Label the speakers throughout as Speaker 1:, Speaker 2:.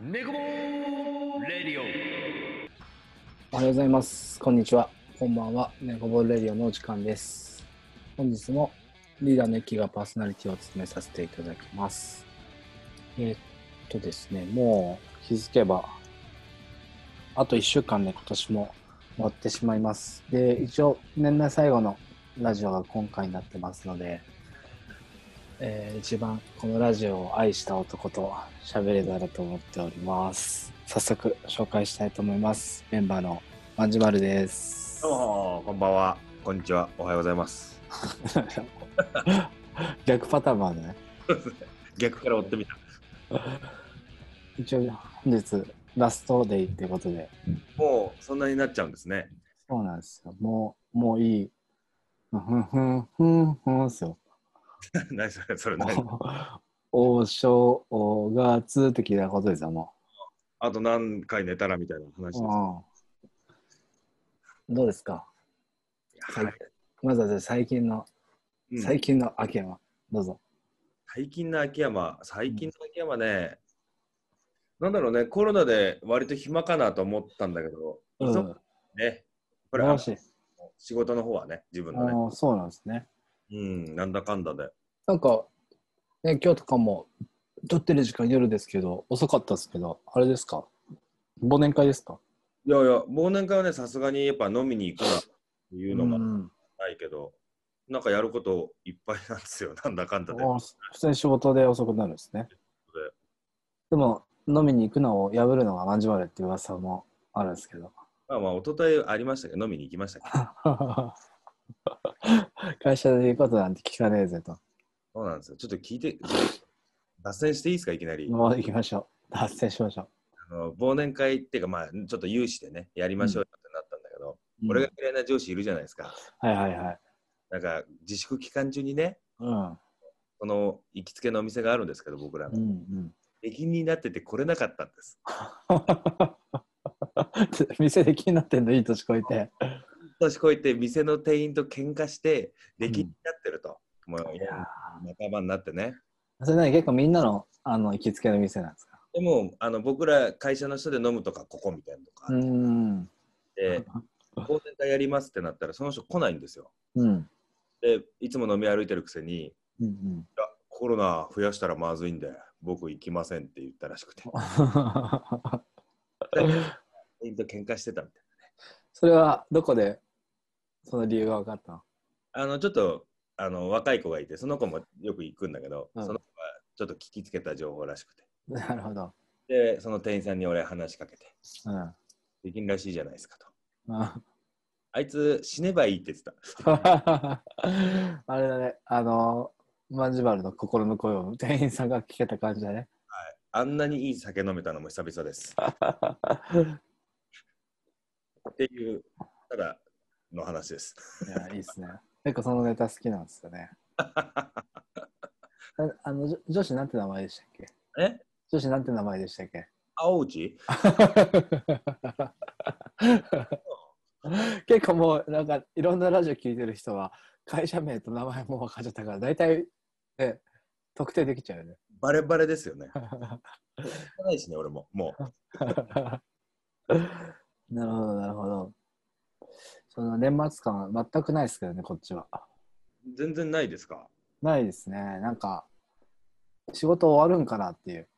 Speaker 1: ネコボールレディオ
Speaker 2: おはようございます。こんにちは。こんばんは。ネコボールレディオのお時間です。本日もリーダーの駅がパーソナリティを務めさせていただきます。えーっとですね、もう気づけば、あと1週間で今年も終わってしまいます。で、一応年内最後のラジオが今回になってますので、えー一番このラジオを愛した男と喋れたらと思っております。早速紹介したいと思います。メンバーのまんじまるです。
Speaker 3: どうも、こんばんは。こんにちは。おはようございます。
Speaker 2: 逆パターンもあるね。
Speaker 3: 逆から追ってみた。
Speaker 2: 一応本日ラストデイってことで。
Speaker 3: もう、そんなになっちゃうんですね。
Speaker 2: そうなんですよ。もう、もういい。ふんふんふんふんですよ。
Speaker 3: 何それ、それ
Speaker 2: も
Speaker 3: 何
Speaker 2: うお正月的なことですよ、も
Speaker 3: あと何回寝たらみたいな話です。
Speaker 2: う。うん、どうですか、
Speaker 3: はい
Speaker 2: まずはじゃあ最近の、
Speaker 3: うん
Speaker 2: 最近の秋山、どうぞ。
Speaker 3: 最近の秋山、最近の秋山ね、なんだろうね、コロナで割と暇かなと思ったんだけど、
Speaker 2: うん、
Speaker 3: 忙
Speaker 2: 素
Speaker 3: しいね。こ
Speaker 2: 晴
Speaker 3: れ、
Speaker 2: らしい。
Speaker 3: 仕事の方はね、自分のね。
Speaker 2: ああそうなんですね。
Speaker 3: うん、なんだかんだで。
Speaker 2: なんか、ね、今日とかも、撮ってる時間夜ですけど、遅かったですけど、あれですか忘年会ですか
Speaker 3: いやいや、忘年会はね、さすがにやっぱ飲みに行くなっていうのも
Speaker 2: ん、
Speaker 3: ないけど、なんかやることいっぱいなんですよ、 なんだかんだで。
Speaker 2: あ普通に仕事で遅くなるんですね
Speaker 3: そうだよ。
Speaker 2: でも、飲みに行くのを破るのが何時までっていう噂もあるんですけど。
Speaker 3: まあまあ、一昨日ありましたけど、飲みに行きましたけど、
Speaker 2: 会社で言うことなんて聞かねえぜと。
Speaker 3: そうなんですよ。ちょっと聞いて、脱線していいですか、いきなり。
Speaker 2: もう行きましょう。達成しましょう。
Speaker 3: あの忘年会っていうか、まあ、ちょっと有志でね、やりましょうよってなったんだけど、俺が嫌いな上司いるじゃないですか。
Speaker 2: うん、はいはいはい。
Speaker 3: なんか、自粛期間中にね、
Speaker 2: うん。
Speaker 3: この行きつけのお店があるんですけど、僕ら
Speaker 2: う
Speaker 3: の。
Speaker 2: ん
Speaker 3: 出禁になってて来れなかったんです。
Speaker 2: うん。店で気になってんのいい年こいて。
Speaker 3: 年越えて、店の店員と喧嘩して、出禁になってると。もう
Speaker 2: いや
Speaker 3: 仲間になってね。
Speaker 2: ーそれなに結構みんなのあの行きつけの店なんですか
Speaker 3: でも、あの僕ら会社の人で飲むとか、ここみたいなのとかあ
Speaker 2: う
Speaker 3: っ
Speaker 2: ん。
Speaker 3: て、忘年会やりますってなったら、その人来ないんですよ。
Speaker 2: うん。
Speaker 3: で、いつも飲み歩いてるくせに、
Speaker 2: うんうん、
Speaker 3: コロナ増やしたらまずいんで、僕行きませんって言ったらし くて、店員と喧嘩してたみたい
Speaker 2: それはどこでその理由が分かったの
Speaker 3: な。あの、ちょっと、あの、若い子がいて、その子もよく行くんだけど、
Speaker 2: うん
Speaker 3: その子がちょっと聞きつけた情報らしくて。
Speaker 2: なるほど。
Speaker 3: で、その店員さんに俺話しかけて、
Speaker 2: うん。
Speaker 3: できんらしいじゃないですかと。
Speaker 2: あ
Speaker 3: あいつ死ねばいいって言ってた。
Speaker 2: あれだね、あの、マンジュバルの心の声を 店員さんが聞けた感じだね。
Speaker 3: あんなにいい酒飲めたのも久々です。っていう、ただの話です。
Speaker 2: いや、いいっすね。結構そのネタ好きなんですよね。ああの、じょ女子なんて名前でしたっけ
Speaker 3: え
Speaker 2: 女子なんて名前でしたっけ
Speaker 3: 青内
Speaker 2: 結構もうなんかいろんなラジオ聞いてる人は会社名と名前も分かっちゃったから大体ね特定できちゃうよね。
Speaker 3: バレバレですよね。ないしね、俺も。もう。
Speaker 2: なるほどなるほど。その年末感は全くないですけどねこっちは。
Speaker 3: 全然ないですか
Speaker 2: ないですねなんか仕事終わるんかなっていう。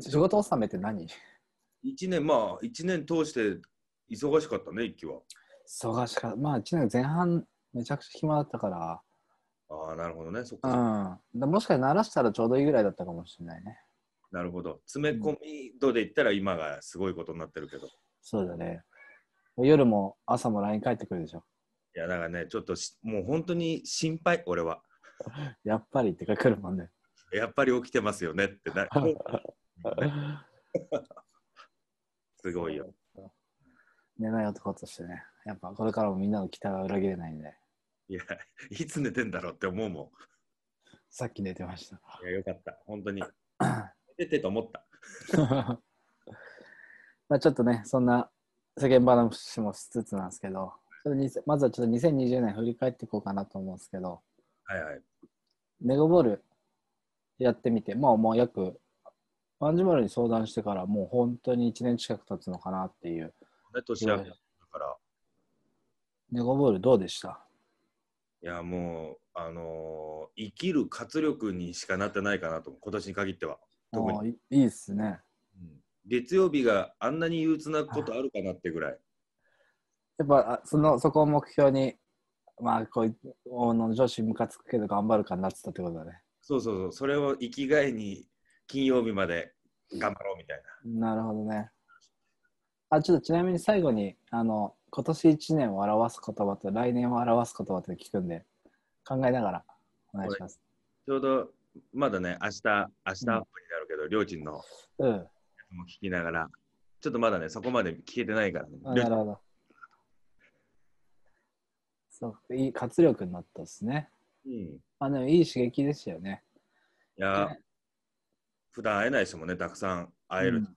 Speaker 2: 仕事納めって何
Speaker 3: 一年、まあ、一年通して忙しかったね、一期は。
Speaker 2: 忙しかった。まあ1年前半めちゃくちゃ暇だったから。
Speaker 3: ああ、なるほどね。そっ
Speaker 2: う
Speaker 3: か
Speaker 2: ん、
Speaker 3: そっか。
Speaker 2: だもしかしたら慣らしたらちょうどいいぐらいだったかもしれないね。
Speaker 3: なるほど。詰め込み度で言ったら今がすごいことになってるけど。い
Speaker 2: そうだね。夜も朝も LINE 帰ってくるでしょ。
Speaker 3: や、だからね、ちょっとしもう本当に心配、俺は。
Speaker 2: やっぱりってか来るもんね。
Speaker 3: やっぱり起きてますよねってな。すごいよ。
Speaker 2: 寝ない男としてね。やっぱこれからもみんなの期待は裏切れないんで。
Speaker 3: いや、いつ寝てんだろうって思うも
Speaker 2: さっき寝てま した。
Speaker 3: ん。いや、よかった。本当に。寝ててと思った。
Speaker 2: まあちょっとね、そんな世間話もしつつなんですけど、ちょっとにせまずはちょっと2020年振り返っていこうかなと思うんですけど、
Speaker 3: はいはい。
Speaker 2: ネゴボールやってみて、まあもう約アンジュマルに相談してからもう本当に1年近く経つのかなっていう。
Speaker 3: ね、年明けだから。
Speaker 2: ネゴボールどうでした
Speaker 3: いや、もう、あのー生きる活力にしかなってないかなと、今年に限っては。特に
Speaker 2: ああいいいですね。
Speaker 3: うん月曜日があんなに憂鬱なことあるかなってぐらい。
Speaker 2: やっぱあそのそこを目標に、まあ、こういあの女子ムカつくけど頑張るかになってたってことだね。
Speaker 3: そうそうそう、それを生きがいに金曜日まで頑張ろうみたいな。
Speaker 2: なるほどね。あちょっとちなみに最後にあの今年1年を表す言葉と来年を表す言葉と聞くんで考えながらお願いします。
Speaker 3: ちょうどまだね、明日、明日アップに
Speaker 2: うん
Speaker 3: なるけど、りょうちんのや
Speaker 2: うん、
Speaker 3: つも聞きながら、ちょっとまだね、そこまで聞けてないからね。
Speaker 2: あ
Speaker 3: りょ
Speaker 2: な
Speaker 3: うち
Speaker 2: るほど。そういい活力になったですね。
Speaker 3: んうんい
Speaker 2: まあでもいい刺激ですよね。
Speaker 3: や、
Speaker 2: ね
Speaker 3: 普段会えないですもんね、たくさん会え
Speaker 2: う
Speaker 3: る
Speaker 2: ん
Speaker 3: 刺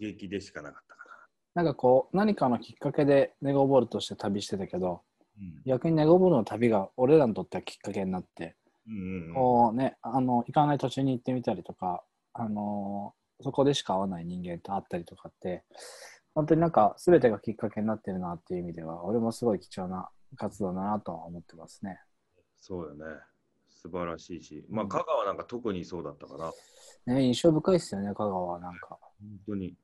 Speaker 3: 激でしかなかったか
Speaker 2: なんかこう何かのきっかけでネゴボールとして旅してたけど
Speaker 3: ら。
Speaker 2: 逆にネゴボールの旅が俺らにとってはきっかけになって、
Speaker 3: うんうんうん
Speaker 2: こうねあの行かない途中に行ってみたりとか、あのーそこでしか会わない人間と会ったりとかって本当になんか全てがきっかけになってるなっていう意味では俺もすごい貴重な活動だなとは思ってますね。
Speaker 3: そうよね。素晴らしいし、まあ、香川なんか特にそうだったかな。
Speaker 2: ね印象深いですよね香川はなんか。
Speaker 3: 本当に。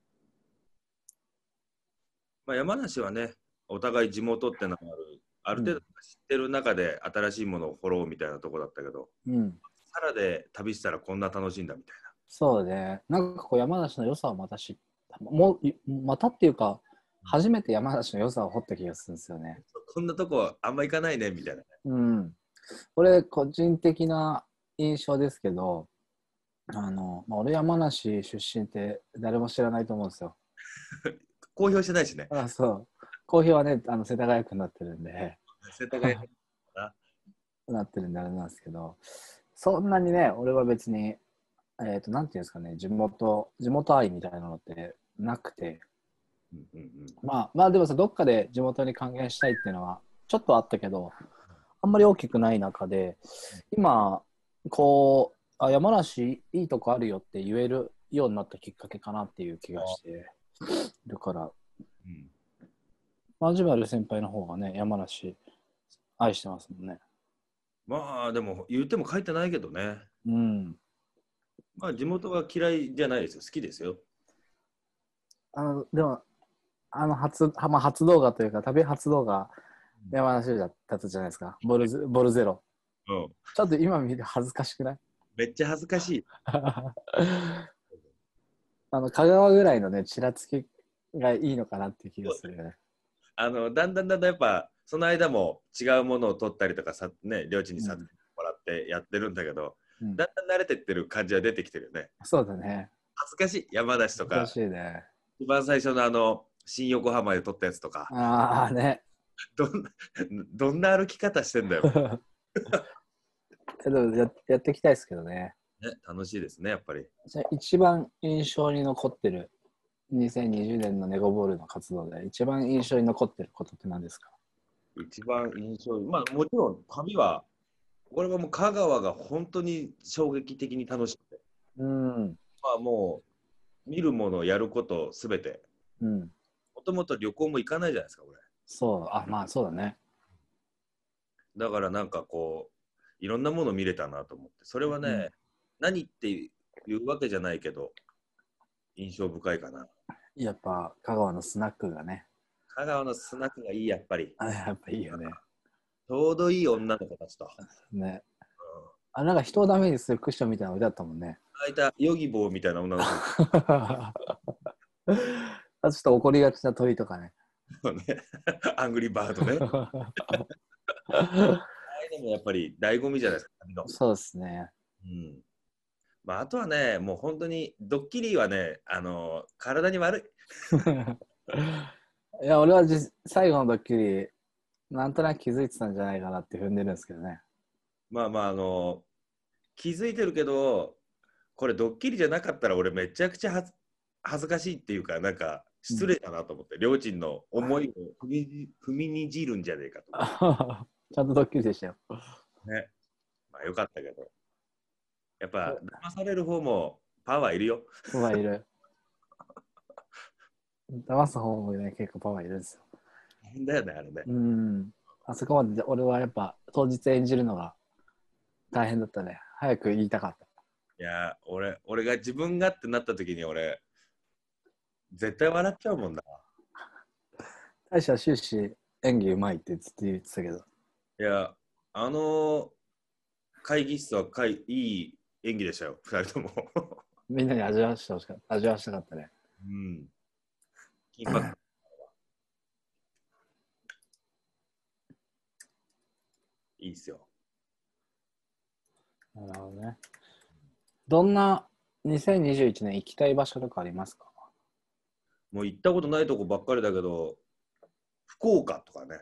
Speaker 3: まあ、山梨はね、お互い地元ってのがある、ある程度知ってる中で新しいものを掘ろうみたいなとこだったけど、
Speaker 2: うん
Speaker 3: サラで旅したらこんな楽しいんだみたい
Speaker 2: そうね。なんかこう山梨の良さをまた知った。もういまたっていうか、初めて山梨の良さを掘った気がするんですよね。
Speaker 3: な。こんなとこあんま行かないねみたいな。
Speaker 2: うん。俺、個人的な印象ですけど、あの、まあ、俺山梨出身って誰も知らないと思うんですよ。
Speaker 3: 公表してないしね。
Speaker 2: あそう。公表はね、あの世田谷区になってるんで。
Speaker 3: 世田谷。
Speaker 2: なってるんであれなんですけどそんなにね俺は別にえっ、となんていうんですかね地元地元愛みたいなのってなくて
Speaker 3: うんうんうん
Speaker 2: まあまあでもさどっかで地元に還元したいっていうのはちょっとあったけどあんまり大きくない中で今こうあ山梨いいとこあるよって言えるようになったきっかけかなっていう気がしてるから
Speaker 3: うん
Speaker 2: マジュマル先輩の方がね山梨愛してますもんね。
Speaker 3: まあでも言っても書いてないけどね。
Speaker 2: うん
Speaker 3: まあ地元は嫌いじゃないですよ。好きですよ。
Speaker 2: あのでもあの初,、まあ、初動画というか旅初動画
Speaker 3: うん
Speaker 2: 山梨だったじゃないですかボルゼボルゼロ
Speaker 3: うん。
Speaker 2: ちょっと今見て恥ずかしくない
Speaker 3: めっちゃ恥ずかしい。
Speaker 2: あの香川ぐらいのねちらつきがいいのかなっていう気がするよね
Speaker 3: あのだんだんだんだんやっぱその間も違うものを取ったりとかさね領地にさ
Speaker 2: うん
Speaker 3: もらってやってるんだけど、
Speaker 2: うん
Speaker 3: だんだん慣れてってる感じは出てきてるよね
Speaker 2: そうだね
Speaker 3: 恥ずかしい山梨と
Speaker 2: 難
Speaker 3: か
Speaker 2: しいね
Speaker 3: 一番最初のあの新横浜で撮ったやつとか
Speaker 2: ああね
Speaker 3: どんな どんな歩き方してんだよ、ね、
Speaker 2: でもややっていきたいですけどね
Speaker 3: 楽しいですねやっぱり
Speaker 2: じゃあ一番印象に残ってる2020年のネゴボールの活動で一番印象に残ってることって何ですか
Speaker 3: 一番印象まあもちろん旅はこれはもう香川が本当に衝撃的に楽しくて
Speaker 2: うん
Speaker 3: まあもう見るものやることすべて
Speaker 2: うん、
Speaker 3: もともと旅行も行かないじゃないですか俺
Speaker 2: そう、あ、まあそうだね。
Speaker 3: だからなんかこういろんなもの見れたなと思ってそれはね、
Speaker 2: うん
Speaker 3: 何っていうわけじゃないけど印象深いかな
Speaker 2: やっぱ香川のスナックがね、
Speaker 3: 香川のスナックがいいやっぱり
Speaker 2: あやっぱいいよね。
Speaker 3: ちょうどいい女の子たちと、うん、
Speaker 2: ね。あ、なんか人をダメにするクッションみたいなの置いてあったもんね。
Speaker 3: あいたヨギボーみたいな女の子
Speaker 2: あちょっと怒りがちな鳥とかね。
Speaker 3: とね アングリーバードね ああいうのもやっぱり醍醐味じゃないですか旅の、
Speaker 2: そうですね。
Speaker 3: う んまあ、あとはねもう本当にドッキリはねあの体に悪い
Speaker 2: いや、俺はじ最後のドッキリ、なんとなく気づいてたんじゃないかなって踏んでるんですけどね。
Speaker 3: まあまああの気づいてるけどこれドッキリじゃなかったら俺めちゃくちゃはず恥ずかしいっていうかなんか失礼だなと思って、りょうちんの思いを踏みに踏みにじるんじゃねえかと思っ
Speaker 2: ちゃんとドッキリでしたよ。
Speaker 3: てねまあよかったけどやっぱ騙される方もパワーいるよ。
Speaker 2: パワーいる。騙す方もね、結構パワーいるんですよ。
Speaker 3: 大変だよね、あれね。
Speaker 2: うん。あそこまでで俺はやっぱ当日演じるのが大変だったね。早く言いたかった。
Speaker 3: いやー、俺、俺が自分がってなった時に俺、絶対笑っちゃうもんな。
Speaker 2: 大将は終始演技うまいってずっと言ってたけど。
Speaker 3: いや、あの会議室はかいいい演技でしたよ、2人とも。
Speaker 2: みんなに味わわしてほしかった。味わわしたかったね。
Speaker 3: うん。緊迫いいっすよ。
Speaker 2: なるほどね。どんな2021年行きたい場所とかありますか
Speaker 3: もう行ったことないとこばっかりだけど、福岡とかね、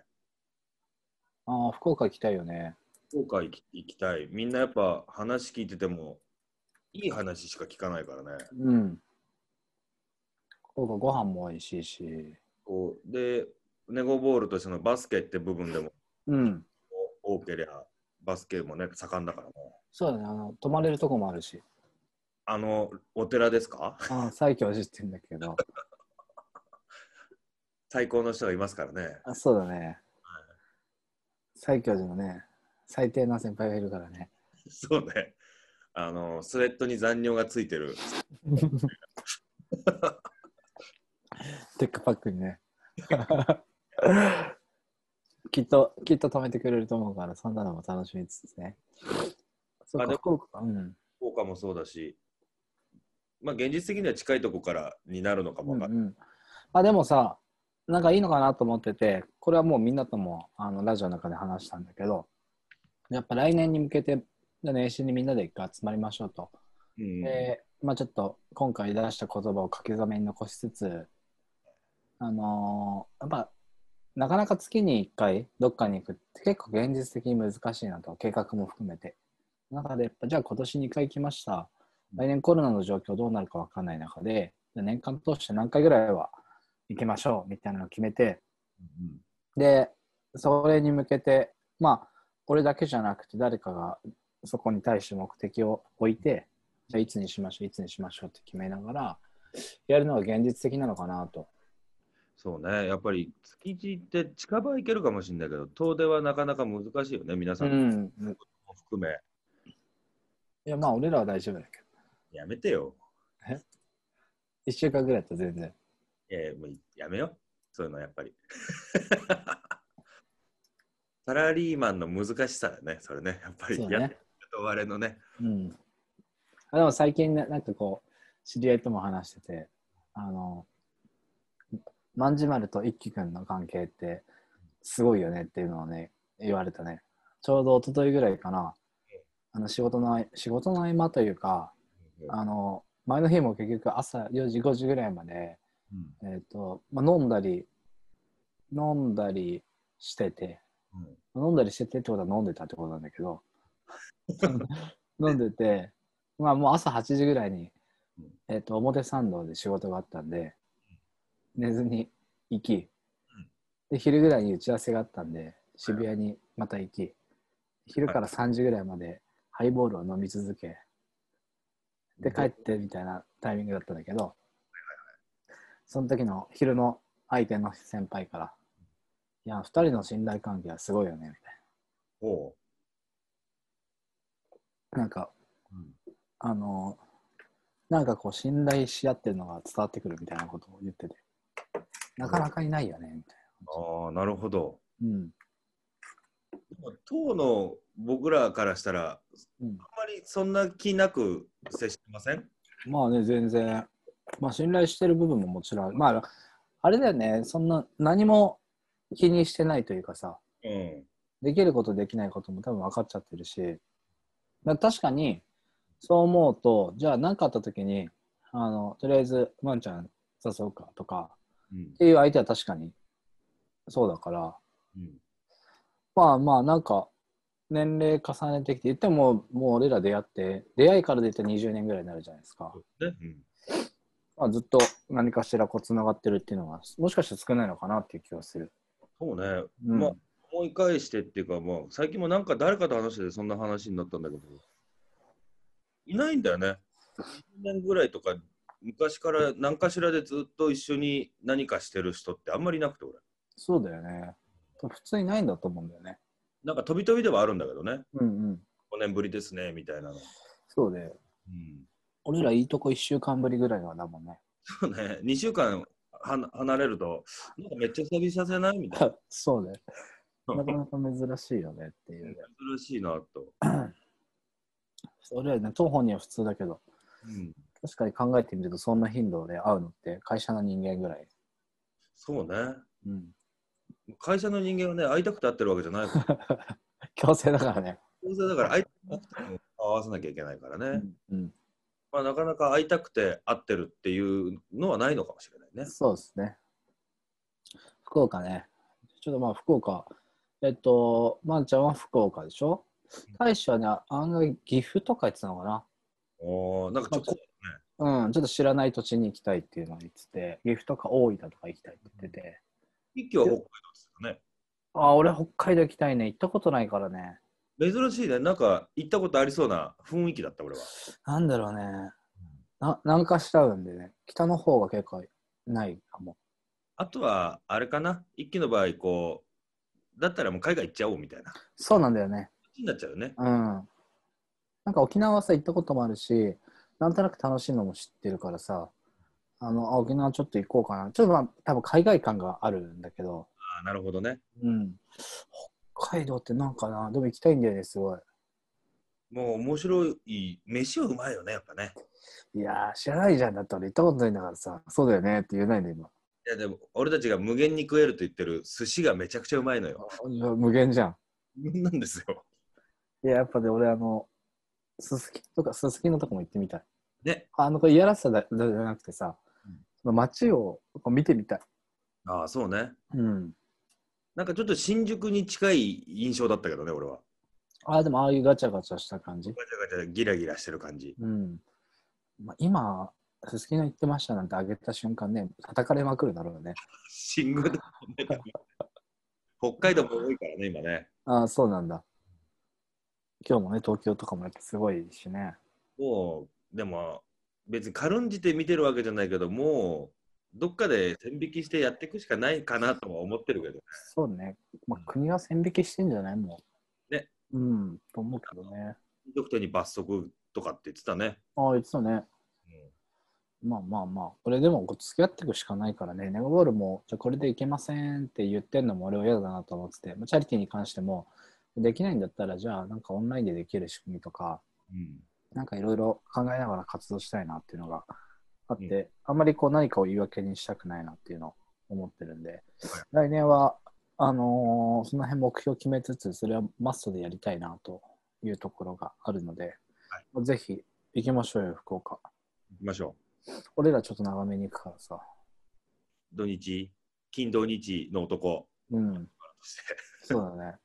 Speaker 2: ああ、福岡行きたいよね。
Speaker 3: 福岡行き行きたい。みんなやっぱ話聞いてても、いい話しか聞かないからね。
Speaker 2: うん。福岡ご飯も美味しいし。
Speaker 3: こうで、ネゴボールとしてのバスケって部分でも
Speaker 2: うん。
Speaker 3: 多けりゃ、バスケもね、盛んだからね。
Speaker 2: そうだね。あの、泊まれるとこもあるし。
Speaker 3: あの、お寺ですか
Speaker 2: ああ、最強は知ってんだけど。
Speaker 3: 最高の人がいますからね。
Speaker 2: あそうだね。最強寺のね、最低な先輩がいるからね。
Speaker 3: そうね。あの、スレッドに残尿がついてる。
Speaker 2: テックパックに ね。きっと、きっと止めてくれると思うから、そんなのも楽しみつつね。そう
Speaker 3: あで
Speaker 2: か、
Speaker 3: も
Speaker 2: 福岡か。うん。
Speaker 3: 福岡もそうだし、まあ現実的には近いとこからになるのかもわ
Speaker 2: うん
Speaker 3: かんない。
Speaker 2: うん、あでもさなんかいいのかなと思っててこれはもうみんなともあのラジオの中で話したんだけどやっぱ来年に向けて年始にみんなで一回集まりましょうと、
Speaker 3: うん
Speaker 2: でまあ、ちょっと今回出した言葉を書き留めに残しつつあのーやっぱなかなか月に1回どっかに行くって結構現実的に難しいなと計画も含めて中でやっぱじゃあ今年2回行きました来年コロナの状況どうなるか分かんない中でじゃあ年間通して何回ぐらいは行きましょうみたいなのを決めて
Speaker 3: うん
Speaker 2: でそれに向けてまあ俺だけじゃなくて誰かがそこに対して目的を置いてじゃあいつにしましょういつにしましょうって決めながらやるのが現実的なのかなと
Speaker 3: そうね、やっぱり築地って近場行けるかもしれないけど、遠出はなかなか難しいよね、皆さ
Speaker 2: うんん
Speaker 3: も含め。
Speaker 2: いやまあ俺らは大丈夫だけど
Speaker 3: やめてよ。
Speaker 2: 1週間ぐらいだと全然
Speaker 3: えもうやめよ。そういうのやっぱり。 サラリーマンの難しさだね、それね。やっぱり、
Speaker 2: そう
Speaker 3: や
Speaker 2: ね
Speaker 3: っと我々のね。
Speaker 2: うん、あでも最近ねなんかこう知り合いとも話しててあの万事丸と一輝くんの関係ってすごいよねっていうのをね言われたねちょうど一昨日ぐらいかなあの仕事の合い仕事の合間というかあの前の日も結局朝4時5時ぐらいまで、
Speaker 3: うん
Speaker 2: えーとまあ、飲んだり飲んだりしてて
Speaker 3: うん
Speaker 2: 飲んだりしててってことは飲んでたってことなんだ けど飲んでてまあもう朝8時ぐらいに
Speaker 3: うん、
Speaker 2: えっと表参道で仕事があったんで寝ずに行きで昼ぐらいに打ち合わせがあったんで渋谷にまた行き昼から3時ぐらいまでハイボールを飲み続けで帰ってみたいなタイミングだったんだけどその時の昼の相手の先輩から「いや2人の信頼関係はすごいよね」みたいな。
Speaker 3: おう
Speaker 2: なんか、
Speaker 3: うん
Speaker 2: あの、なんかこう、信頼し合ってるのが伝わってくるみたいなことを言ってて、なかなかいないよね、みたい
Speaker 3: ああ、なるほど。
Speaker 2: な。うん。
Speaker 3: でも当の僕らからしたら、
Speaker 2: うん
Speaker 3: あんまりそんな気なく接してません
Speaker 2: まあね、全然、まあ、信頼してる部分ももちろんある、まあ、あれだよね、そんな、何も気にしてないというかさ、
Speaker 3: うん。
Speaker 2: できること、できないことも多分分かっちゃってるし、だ確かに、そう思うと、じゃあ何かあった時に、あの、とりあえず、ワンちゃん誘うかとか、
Speaker 3: うん
Speaker 2: っ。ていう相手は確かに、そうだから、
Speaker 3: うん
Speaker 2: まあまあなんか年齢重ねてきて言ってももう俺ら出会って出会いから出て20年ぐらいになるじゃないですか、
Speaker 3: ねうん
Speaker 2: まあ、ずっと何かしらこうつながってるっていうのがもしかしたら少ないのかなっていう気がする、
Speaker 3: そうね、
Speaker 2: うん
Speaker 3: まあ思い返してっていうか、まあ、最近もなんか誰かと話しててそんな話になったんだけど、いないんだよね。年ぐらいとか昔から何かしらでずっと一緒に何かしてる人ってあんまりいなくて俺
Speaker 2: そうだよね。普通にないんだと思うんだよね。
Speaker 3: なんか飛び飛びではあるんだけどね
Speaker 2: うんうん。
Speaker 3: 5年ぶりですねみたいなの、
Speaker 2: そうで、
Speaker 3: うん、
Speaker 2: 俺らいいとこ1週間ぶりぐらいはだもんね。
Speaker 3: そうね2週間は離れるとなんかめっちゃ久々じゃないみたい
Speaker 2: そうね。
Speaker 3: な
Speaker 2: なかなか珍しいよねっていうね。
Speaker 3: 珍しいなと、
Speaker 2: 俺らね、当本人は普通だけど、
Speaker 3: うん、
Speaker 2: 確かに考えてみると、そんな頻度で会うのって会社の人間ぐらい。
Speaker 3: そうね
Speaker 2: うん。
Speaker 3: 会社の人間はね会いたくて会ってるわけじゃないから
Speaker 2: 強制だからね。
Speaker 3: 当然だから会いたくても合わせなきゃいけないからね、
Speaker 2: うん。
Speaker 3: まあ、なかなか会いたくて会ってるっていうのはないのかもしれないね
Speaker 2: そうですね。福岡ね。ちょっとまあ、福岡。えっと、まん、ちゃんは福岡でしょ大使はね、案外岐阜とか言ってたのかな。
Speaker 3: おーなんかちょっとこ
Speaker 2: うん、ちょっと知らない土地に行きたいっていうのを言ってて、岐阜とか大分とか行きたいって言ってて、
Speaker 3: 一気は北海道ですよね
Speaker 2: ああ、俺北海道行きたいね、行ったことないからね。
Speaker 3: 珍しいね、なんか行ったことありそうな雰囲気だった、俺は。
Speaker 2: なんだろうね、な南下しちゃうんでね、北の方が結構ないかも。
Speaker 3: あとは、あれかな、一気の場合、こう、だったらもう海外行っちゃおうみたいな。こ
Speaker 2: そうなんだよね、
Speaker 3: っちになっちゃうよね。
Speaker 2: うん。なんか沖縄はさ、行ったこともあるし、なんとなく楽しいのも知ってるからさ、あの、あ沖縄ちょっと行こうかな。ちょっとまあ、多分海外感があるんだけど、
Speaker 3: あーなるほどね。
Speaker 2: うん。北海道ってなんかな、でも行きたいんだよね、すごい。
Speaker 3: もう面白い、飯はうまいよね、やっぱね。
Speaker 2: いやー、知らないじゃんだったら行ったことないんだからさ、そうだよねって言えないんだ今。
Speaker 3: いや、でも、俺たちが無限に食えると言ってる寿司がめちゃくちゃうまいのよ。
Speaker 2: 無限じゃん。
Speaker 3: なんですよ。
Speaker 2: いや、やっぱで俺、あの、すすきとか、すすきのとこも行ってみたい。
Speaker 3: ね。
Speaker 2: あの、これ、いやらしさだだじゃなくてさ、
Speaker 3: うん
Speaker 2: その街をこう見てみたい。
Speaker 3: ああ、そうね。
Speaker 2: うん。
Speaker 3: なんかちょっと新宿に近い印象だったけどね、俺は。
Speaker 2: ああ、でも、ああいうガチャガチャした感じ。
Speaker 3: ガチャガチャギラギラしてる感じ。
Speaker 2: うん。まあ、今、すすきの行ってましたなんてあげた瞬間ね、叩かれまくるだろうね。
Speaker 3: 新宿だもんね多分北海道も多いからね、今ね。
Speaker 2: ああ、そうなんだ。今日もね、東京とかもやっぱすごいしね。
Speaker 3: もう、でも、別に軽んじて見てるわけじゃないけど、もう、どっかで線引きしてやっていくしかないかなとは思ってるけど、
Speaker 2: そうね。まあ、国が線引きしてんじゃないもう。
Speaker 3: ね。
Speaker 2: うん、と思うけどね。
Speaker 3: 飲食店に罰則とかって言ってたね。
Speaker 2: ああ、言ってたね。まあまあまあ、これでもこう付き合っていくしかないからね、ネゴボールも、じゃあこれでいけませんって言ってんのも俺は嫌だなと思ってて、まあチャリティーに関しても、できないんだったら、じゃあなんかオンラインでできる仕組みとか、
Speaker 3: うん。
Speaker 2: なんかいろいろ考えながら活動したいなっていうのがあって、
Speaker 3: う
Speaker 2: あんまりこう何かを言い訳にしたくないなっていうのを思ってるんで、来年は、あのーその辺目標を決めつつ、それはマストでやりたいなというところがあるので、ぜひ行きましょうよ、福岡。
Speaker 3: 行きましょ
Speaker 2: 俺らちょっと長めに行くからさ。
Speaker 3: う。土日、金土日の男
Speaker 2: うん、
Speaker 3: として。
Speaker 2: そうだね。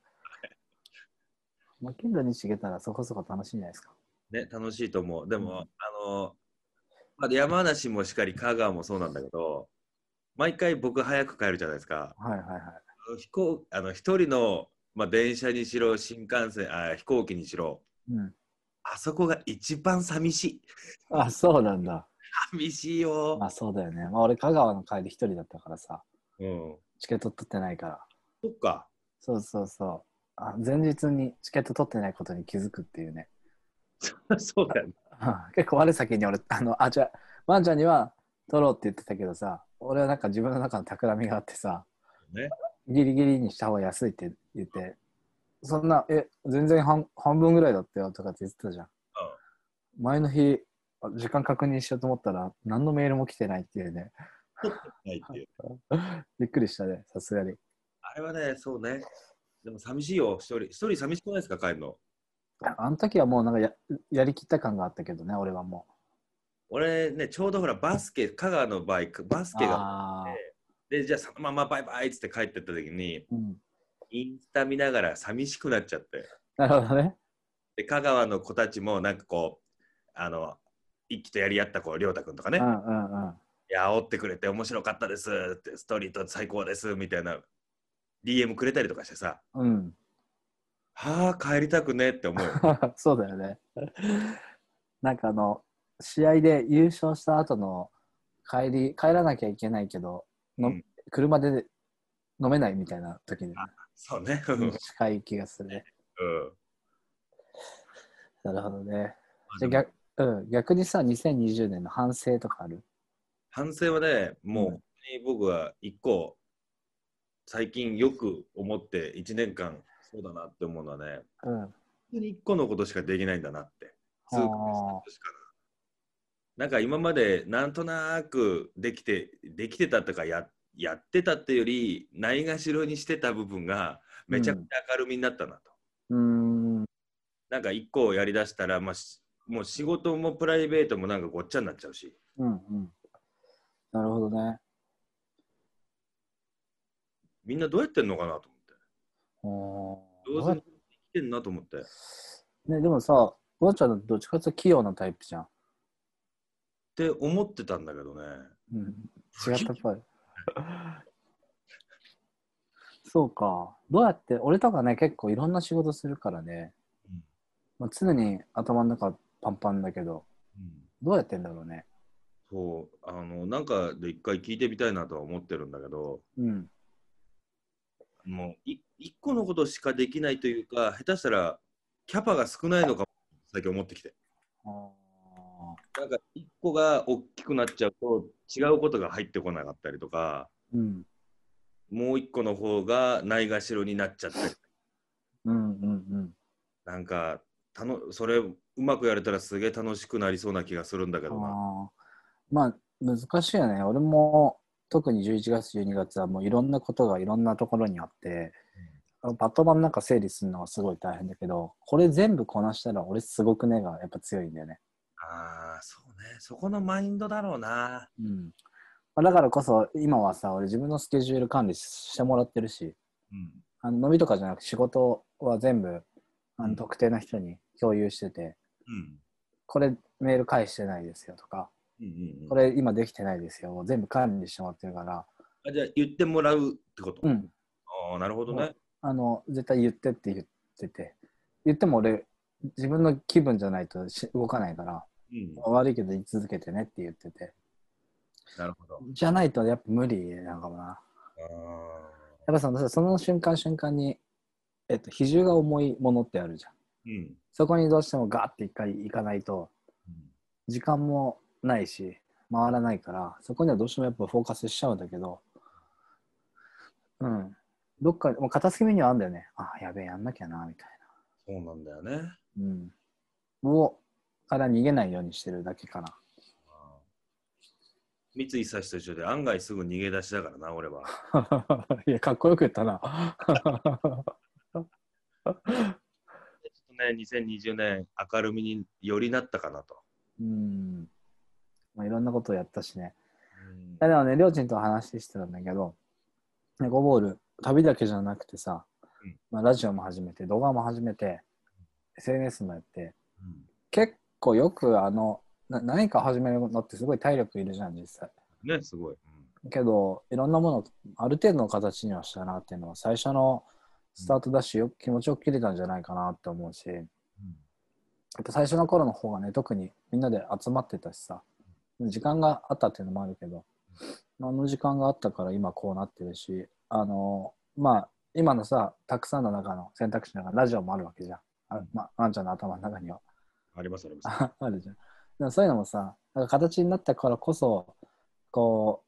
Speaker 2: まあ、金土日行けたらそこそこ楽しいんじゃないですか。
Speaker 3: ね、楽しいと思う。でも、
Speaker 2: うん
Speaker 3: あの、まあ、山梨もしっかり、香川もそうなんだけど、毎回僕早く帰るじゃないですか。
Speaker 2: はいはいはい。
Speaker 3: あの飛行あの一人の、まあ、電車にしろ、新幹線あ、飛行機にしろ、
Speaker 2: うん、
Speaker 3: あそこが一番寂しい。
Speaker 2: あ、そうなんだ。
Speaker 3: 寂しいよ。
Speaker 2: まあそうだよね。まあ俺、香川の帰り一人だったからさ、
Speaker 3: うん。
Speaker 2: チケット取ってないから。
Speaker 3: そっ か。
Speaker 2: そうそうそう。あ前日にチケット取ってないことに気づくっていうね。
Speaker 3: そうだよね。
Speaker 2: 結構我先に俺、あの、あ、じゃワンちゃんには取ろうって言ってたけどさ、俺はなんか自分の中の企みがあってさ、
Speaker 3: ね
Speaker 2: ギリギリにした方が安いって言って、そんな、え、全然半半分ぐらいだったよとかって言ってたじゃん。前の日、あ時間確認しようと思ったら、何のメールも来てないっていうね、
Speaker 3: ないっていう
Speaker 2: びっくりしたね、さすがに。
Speaker 3: あれはね、そうね。でも寂しいよ、一人。一人寂しくないですか、帰るの。
Speaker 2: あの時はもうなんかややりきった感があったけどね、俺はも
Speaker 3: 俺ね、ちょうどほら、バスケ、香川の場合、バス
Speaker 2: う。
Speaker 3: ケが。
Speaker 2: ああ、
Speaker 3: で、じゃあ、そのままバイバイっつって帰ってった時に、
Speaker 2: うん。
Speaker 3: インスタ見ながら寂しくなっちゃって。
Speaker 2: なるほどね。
Speaker 3: で、香川の子たちも、なんかこう、あの、一気とやり合った子、りょうたくんとかね
Speaker 2: う、んうんうん。
Speaker 3: いや、煽ってくれて面白かったですって、ストリート最高ですみたいな、DM くれたりとかしてさ、
Speaker 2: うん、
Speaker 3: はあ、帰りたくねって思うよ。
Speaker 2: そうだよね。なんかあの、試合で優勝した後の帰り、帰らなきゃいけないけど、 の
Speaker 3: うん
Speaker 2: 車で飲めないみたいな時に
Speaker 3: そうね。うん。うん
Speaker 2: 近い気がするね。なるほどね。じゃあ逆,、うん、逆にさ、2020年の反省とかある
Speaker 3: 反省はね、もう
Speaker 2: うん
Speaker 3: 本当に僕は一個、最近よく思って1年間、そうだなって思うのはね、
Speaker 2: うん。あ
Speaker 3: 本当に1個のことしかできないんだなって。
Speaker 2: あ
Speaker 3: 痛感したことしかないなんか今までなんとなくできて、できてたとかややってたってより、ないがしろにしてた部分がめちゃくちゃ明るみになったなと。
Speaker 2: ーうん。
Speaker 3: なんか一個をやりだしたら、まあ、しもう仕事もプライベートもなんかごっちゃになっちゃうし、
Speaker 2: うんうん。なるほどね。
Speaker 3: みんなどうやってんのかなと思って。
Speaker 2: う
Speaker 3: ど
Speaker 2: ん
Speaker 3: うせ生きてんなと思って。
Speaker 2: ね、でもさ、ワンちゃんどっちかっていうと器用なタイプじゃん。
Speaker 3: って思ってたんだけどね。
Speaker 2: うん、違った っぽい。そうか。どうやって、俺とかね、結構いろんな仕事するからね、
Speaker 3: うん
Speaker 2: まあ、常に頭の中パンパンだけど、どうやってんだろうね。
Speaker 3: そう、あの、なんかで一回聞いてみたいなとは思ってるんだけど、
Speaker 2: うん。
Speaker 3: もうい一個のことしかできないというか、下手したらキャパが少ないのかも、最近思ってきて。
Speaker 2: あ
Speaker 3: なんか一個が大きくなっちゃうと、違うことが入ってこなかったりとか、
Speaker 2: ーうん。
Speaker 3: もう一個の方がないがしろになっちゃったり、
Speaker 2: うんうん
Speaker 3: なんか、たのそれうまくやれたらすげえ楽しくなりそうな気がするんだけ
Speaker 2: う
Speaker 3: どな。
Speaker 2: ん。あーまあ、難しいよね。俺も、特に11月、12月はもういろんなことがいろんなところにあって、あのバットマンの中整理するのはすごい大変だけど、これ全部こなしたら俺すごくねがやっぱ強いんだよね。
Speaker 3: ああ、そうね。そこのマインドだろうな。
Speaker 2: うんまあ、だからこそ今はさ俺自分のスケジュール管理してもらってるし
Speaker 3: うん。
Speaker 2: あの飲みとかじゃなく仕事は全部あ
Speaker 3: うん
Speaker 2: の特定の人に共有してて、
Speaker 3: うん。
Speaker 2: これメール返してないですよとか
Speaker 3: うんうんうん
Speaker 2: これ今できてないですよを全部管理してもらってるから、
Speaker 3: あじゃあ言ってもらうってこと、
Speaker 2: うん、
Speaker 3: ああなるほどね。
Speaker 2: あの絶対言ってって言ってて言っても俺自分の気分じゃないとし動かないから
Speaker 3: うん、
Speaker 2: 悪いけど言い続けてねって言ってて
Speaker 3: なるほど。
Speaker 2: じゃないとやっぱ無理なんかもな
Speaker 3: あ
Speaker 2: やっぱそのその瞬間瞬間に、えっと、比重が重いものってあるじゃん。
Speaker 3: ーうん
Speaker 2: そこにどうしてもガーって一回行かないと、時間もないし、回らないから、そこにはどうしてもやっぱフォーカスしちゃうんだけど、うん。どっか、もう片隅にはあるんだよね。あ、やべえ、やんなきゃな、みたい
Speaker 3: うん。そうなんだよね。
Speaker 2: な。うん。を、から逃げないようにしてるだけかな。
Speaker 3: あー三井久志と一緒で案外すぐ逃げ出しだからな、俺は。
Speaker 2: いや、かっこよく言ったな。
Speaker 3: ちょっ とね、2020年明るみによりなったかなと。
Speaker 2: うん。まあ、いろんなことをやったしね。
Speaker 3: うん
Speaker 2: いやでもね、りょうちんと話してたんだけど、ネゴボール、旅だけじゃなくてさ、
Speaker 3: うん
Speaker 2: まあ、ラジオも始めて、動画も始めて、SNS もやって、
Speaker 3: うん
Speaker 2: 結構よくあの、な何か始めるのってすごい体力いるじゃん、実際。
Speaker 3: ね、すごい。
Speaker 2: けど、いろんなもの、ある程度の形にはしたなっていうのは、最初のスタートダッシュよく、気持ちよく切れたんじゃないかなって思うし、やっぱ最初の頃の方がね、特にみんなで集まってたしさ、時間があったっていうのもあるけど、あの時間があったから今こうなってるし、あの、まあ、今のさ、たくさんの中の選択肢の中、ラジオもあるわけじゃん。あまあ、ワンちゃんの頭の中には
Speaker 3: ありますあります。
Speaker 2: あるじゃん。だからそういうのもさ、なんか形になったからこそ、こ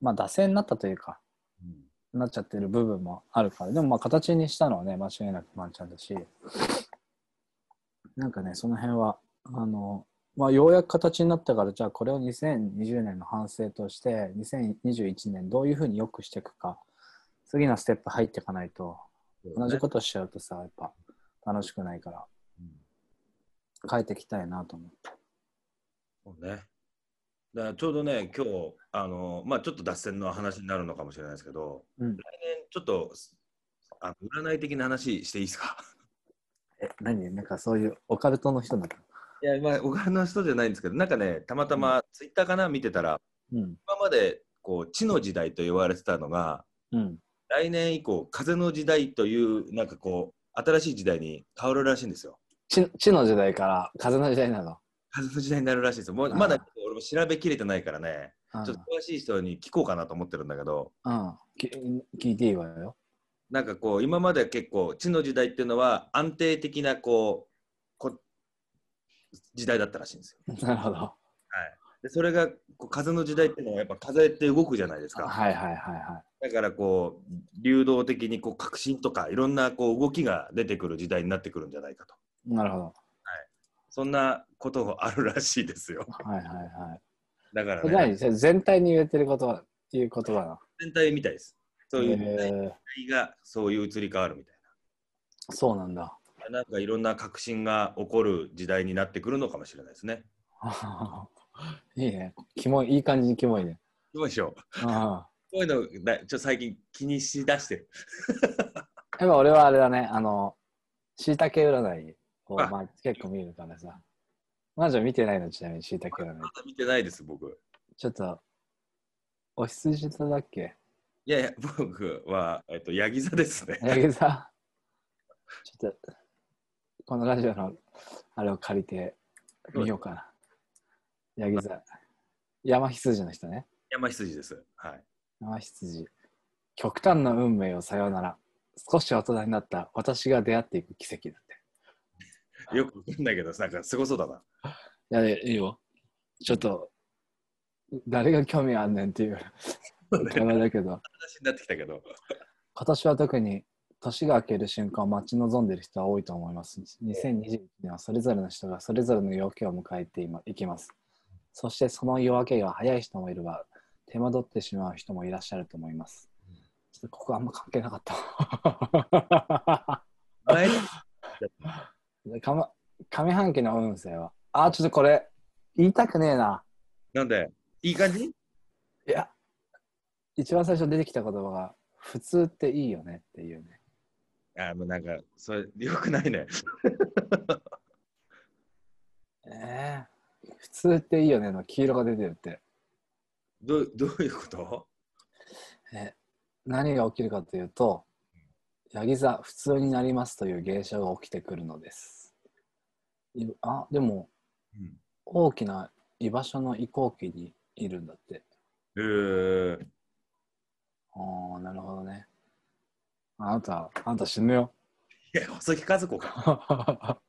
Speaker 2: う、まあ、惰性になったというか、
Speaker 3: うん
Speaker 2: なっちゃってる部分もあるから、でもまあ、形にしたのはね、間違いなくワンちゃんだし、なんかね、その辺は、あの、まあ、ようやく形になったから、じゃあこれを2020年の反省として、2021年どういうふうに良くしていくか、次のステップ入っていかないと、同じことしちゃうとさ、やっぱ楽しくないから、
Speaker 3: うん
Speaker 2: 変えていきたいなと思って。
Speaker 3: そうね。だからちょうどね、今日、あのまあ、ちょっと脱線の話になるのかもしれないですけど、
Speaker 2: う
Speaker 3: 来年
Speaker 2: ん
Speaker 3: ちょっとあの占い的な話していいですか
Speaker 2: え、何なんかそういうオカルトの人だから。
Speaker 3: いや、まあ、お金の人じゃないんですけど、なんかね、たまたまツイッターかな見てたら、
Speaker 2: うん。
Speaker 3: 今までこう地の時代と言われてたのが、
Speaker 2: うん。
Speaker 3: 来年以降、風の時代という、なんかこう、新しい時代に変わるらしいんですよ。
Speaker 2: 地地の時代から風の時代なの。
Speaker 3: 家族時代になるらしいですよ。もう
Speaker 2: あー
Speaker 3: まだ俺も調べきれてないからね、
Speaker 2: うん
Speaker 3: ちょっと詳しい人に聞こうかなと思ってるんだけど、
Speaker 2: うんき聞いていいわよ。
Speaker 3: なんかこう、今まで結構、地の時代っていうのは安定的なこうこ時代だったらしいんですよ。
Speaker 2: なるほど。
Speaker 3: でそれがこう風の時代っていうのはやっぱ風って動くじゃないですか。
Speaker 2: はいはいはいは
Speaker 3: だからこう流動的にこう革新とかいろんなこう動きが出てくる時代になってくるんじゃないかと。
Speaker 2: い。なるほど。
Speaker 3: そんなこともあるらしいですよ。
Speaker 2: はいはいはい。
Speaker 3: だから、
Speaker 2: それ
Speaker 3: ね、
Speaker 2: 何それ全体に言えてることは、いう言葉なの。
Speaker 3: 全体みたいです。そういう時代
Speaker 2: え
Speaker 3: がそういう移り変わるみたい
Speaker 2: ー、そうなんだ。
Speaker 3: な。なんかいろんな革新が起こる時代になってくるのかもしれないですね。
Speaker 2: いいね。キモい、いい感じにキモいね。
Speaker 3: どうでしょう。
Speaker 2: うん。
Speaker 3: こういうのだちょっと最近気にしだしてる。
Speaker 2: 今俺はあれだね、あの、しいたけ占いを、
Speaker 3: あ
Speaker 2: まあ、結構見るからさ。マジは見てないの、ちなみにしいたけ占い。
Speaker 3: まだ見てないです僕。
Speaker 2: ちょっと、お羊座だっけ
Speaker 3: いやいや僕はえっとヤギ座ですね。
Speaker 2: 八木さん、ちょっと、このラジオのあれを借りてみようかな。八木さん、山羊の人ね。
Speaker 3: 山羊です。はい。
Speaker 2: 山羊。極端な運命をさようなら。少し大人になった私が出会っていく奇跡だって。
Speaker 3: よくわかんないけど、なんかすごそうだ な。
Speaker 2: いや、いいよ。ちょっと、誰が興味あんねんっていう会話だけど、
Speaker 3: 話になってきたけど。
Speaker 2: 今年は特に年が明ける瞬間を待ち望んでいる人は多いと思います。2021年はそれぞれの人がそれぞれの夜明けを迎えて今いきます。そしてその夜明けが早い人もいれば、手間取ってしまう人もいらっしゃると思います。ちょっとここあんま関係なかった。
Speaker 3: 前
Speaker 2: かま上半期の運勢は。あー、ちょっとこれ、言いたくねえな。
Speaker 3: なんで、いい感じ
Speaker 2: いや、一番最初に出てきた言葉が、普通っていいよねっていうね。
Speaker 3: あもうなんか、それ、よくない ね。
Speaker 2: ええ普通っていいよねの黄色が出てるって。
Speaker 3: どうどういうこと
Speaker 2: え何が起きるかというと、ヤギ座、普通になりますという現象が起きてくるのです。いあ、でも、
Speaker 3: うん
Speaker 2: 大きな居場所の移行期にいるんだって。
Speaker 3: えー、
Speaker 2: ああ、なるほどね。あなた、あなた死ぬよ。
Speaker 3: いや、細木和子か。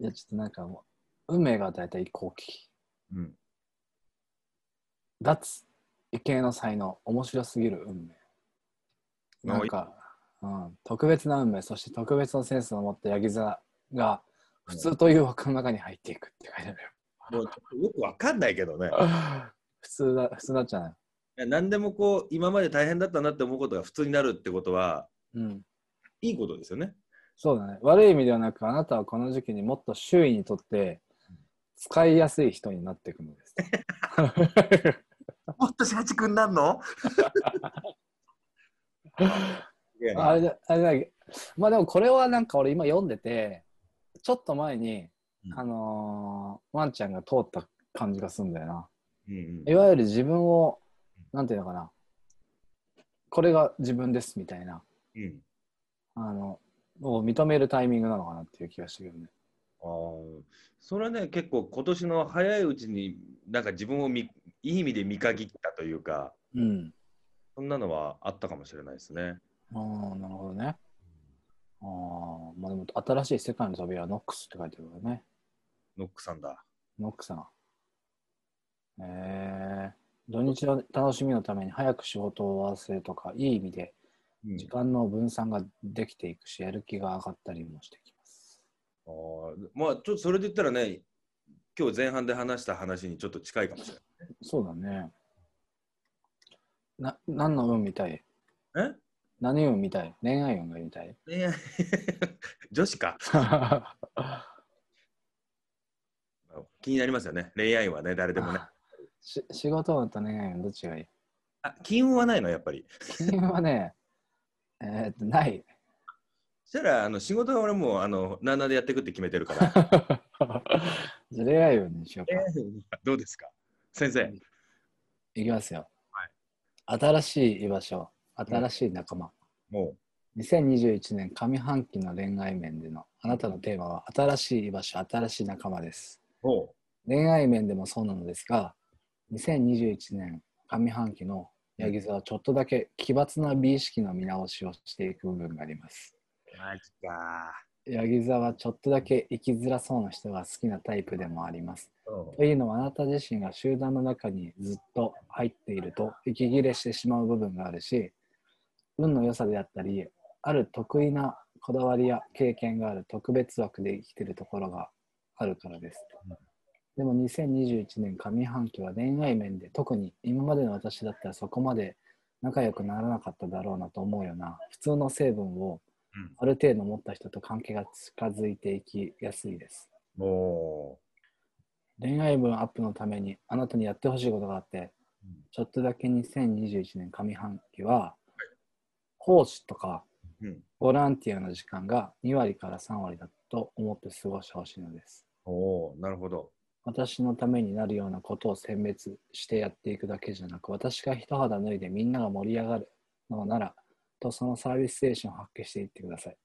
Speaker 2: いや、ちょっとなんかもう、運命が与えた移行期。
Speaker 3: うん。
Speaker 2: 脱異形の才能面白すぎる運命
Speaker 3: あ
Speaker 2: なんか、うん、特別な運命そして特別なセンスを持ったヤギ座が普通という枠の中に入っていくって書いて
Speaker 3: もう、よくわかんないけどね。
Speaker 2: あるよ普通だ普通になっちゃうね
Speaker 3: いや何でもこう、今まで大変だったなって思うことが普通になるってことは、
Speaker 2: うん
Speaker 3: いいことですよね。
Speaker 2: そうだね悪い意味ではなくあなたはこの時期にもっと周囲にとって使いやすい人になっていくのです
Speaker 3: もっと社畜になるのいや
Speaker 2: あれだあれだけまあでもこれはなんか俺今読んでてちょっと前に、
Speaker 3: うん
Speaker 2: あのーワンちゃんが通った感じがするんだよな
Speaker 3: うんうん
Speaker 2: いわゆる自分をなんていうのかなこれが自分ですみたいな
Speaker 3: うん
Speaker 2: あのを認めるタイミングなのかなっていう気がしてくるね
Speaker 3: あーそれはね結構今年の早いうちになんか自分をみいい意味で見限ったというか
Speaker 2: うん
Speaker 3: そんなのはあったかもしれないですね。
Speaker 2: ああなるほどねああまあでも新しい世界の扉はノックスって書いてあるからね
Speaker 3: ノックさんだ。
Speaker 2: ノックさんえー、土日の楽しみのために早く仕事を終わらせるとかいい意味で
Speaker 3: うん
Speaker 2: 時間の分散ができていくしやる気が上がったりもしてきます
Speaker 3: あーまあちょっとそれで言ったらね今日前半で話した話にちょっと近いかもしれ
Speaker 2: そうだね。な、何の運見たい
Speaker 3: ない。 え
Speaker 2: 何運見たい恋愛運が見たい
Speaker 3: 恋愛女子か気になりますよね恋愛はね誰 でもね。
Speaker 2: し仕事運と恋愛運どっちがいい
Speaker 3: あ金運はないのやっぱり。
Speaker 2: 金運はね、えーっ と、ない。
Speaker 3: そしたらあの仕事は俺もうあの7でやっていくって決めてるから
Speaker 2: じゃあ恋愛運にしよう
Speaker 3: 恋
Speaker 2: か
Speaker 3: 愛。運はどうですか先生。
Speaker 2: いきますよ。
Speaker 3: は
Speaker 2: 新しい居場所、新しい仲間。
Speaker 3: も
Speaker 2: 2021年上半期の恋愛面でのあなたのテーマは新しい居場所、新しい仲間です。
Speaker 3: おう
Speaker 2: 恋愛面でもそうなのですが2021年上半期の八木座はちょっとだけ奇抜な美意識の見直しをしていく部分があります
Speaker 3: マジか
Speaker 2: 八木座はちょっとだけ生きづらそうな人が好きなタイプでもあります
Speaker 3: うん
Speaker 2: というのはあなた自身が集団の中にずっと入っていると息切れしてしまう部分があるし運の良さであったりある得意なこだわりや経験がある特別枠で生きているところがあるからですでも2021年上半期は恋愛面で特に今までの私だったらそこまで仲良くならなかっただろうなと思うような普通の成分を
Speaker 3: うん
Speaker 2: ある程度持った人と関係が近づいていきやすいです
Speaker 3: お
Speaker 2: 恋愛文アップのためにあなたにやってほしいことがあって、
Speaker 3: うん
Speaker 2: ちょっとだけ2021年上半期は講師とか
Speaker 3: ーうん
Speaker 2: ボランティアの時間が2割から3割だと思って過ごしてほしいのです
Speaker 3: おーなるほど
Speaker 2: 私のためになるようなことを選別してやっていくだけじゃなく私が一肌脱いでみんなが盛り上がるのならとそのサービス精神を発揮していってください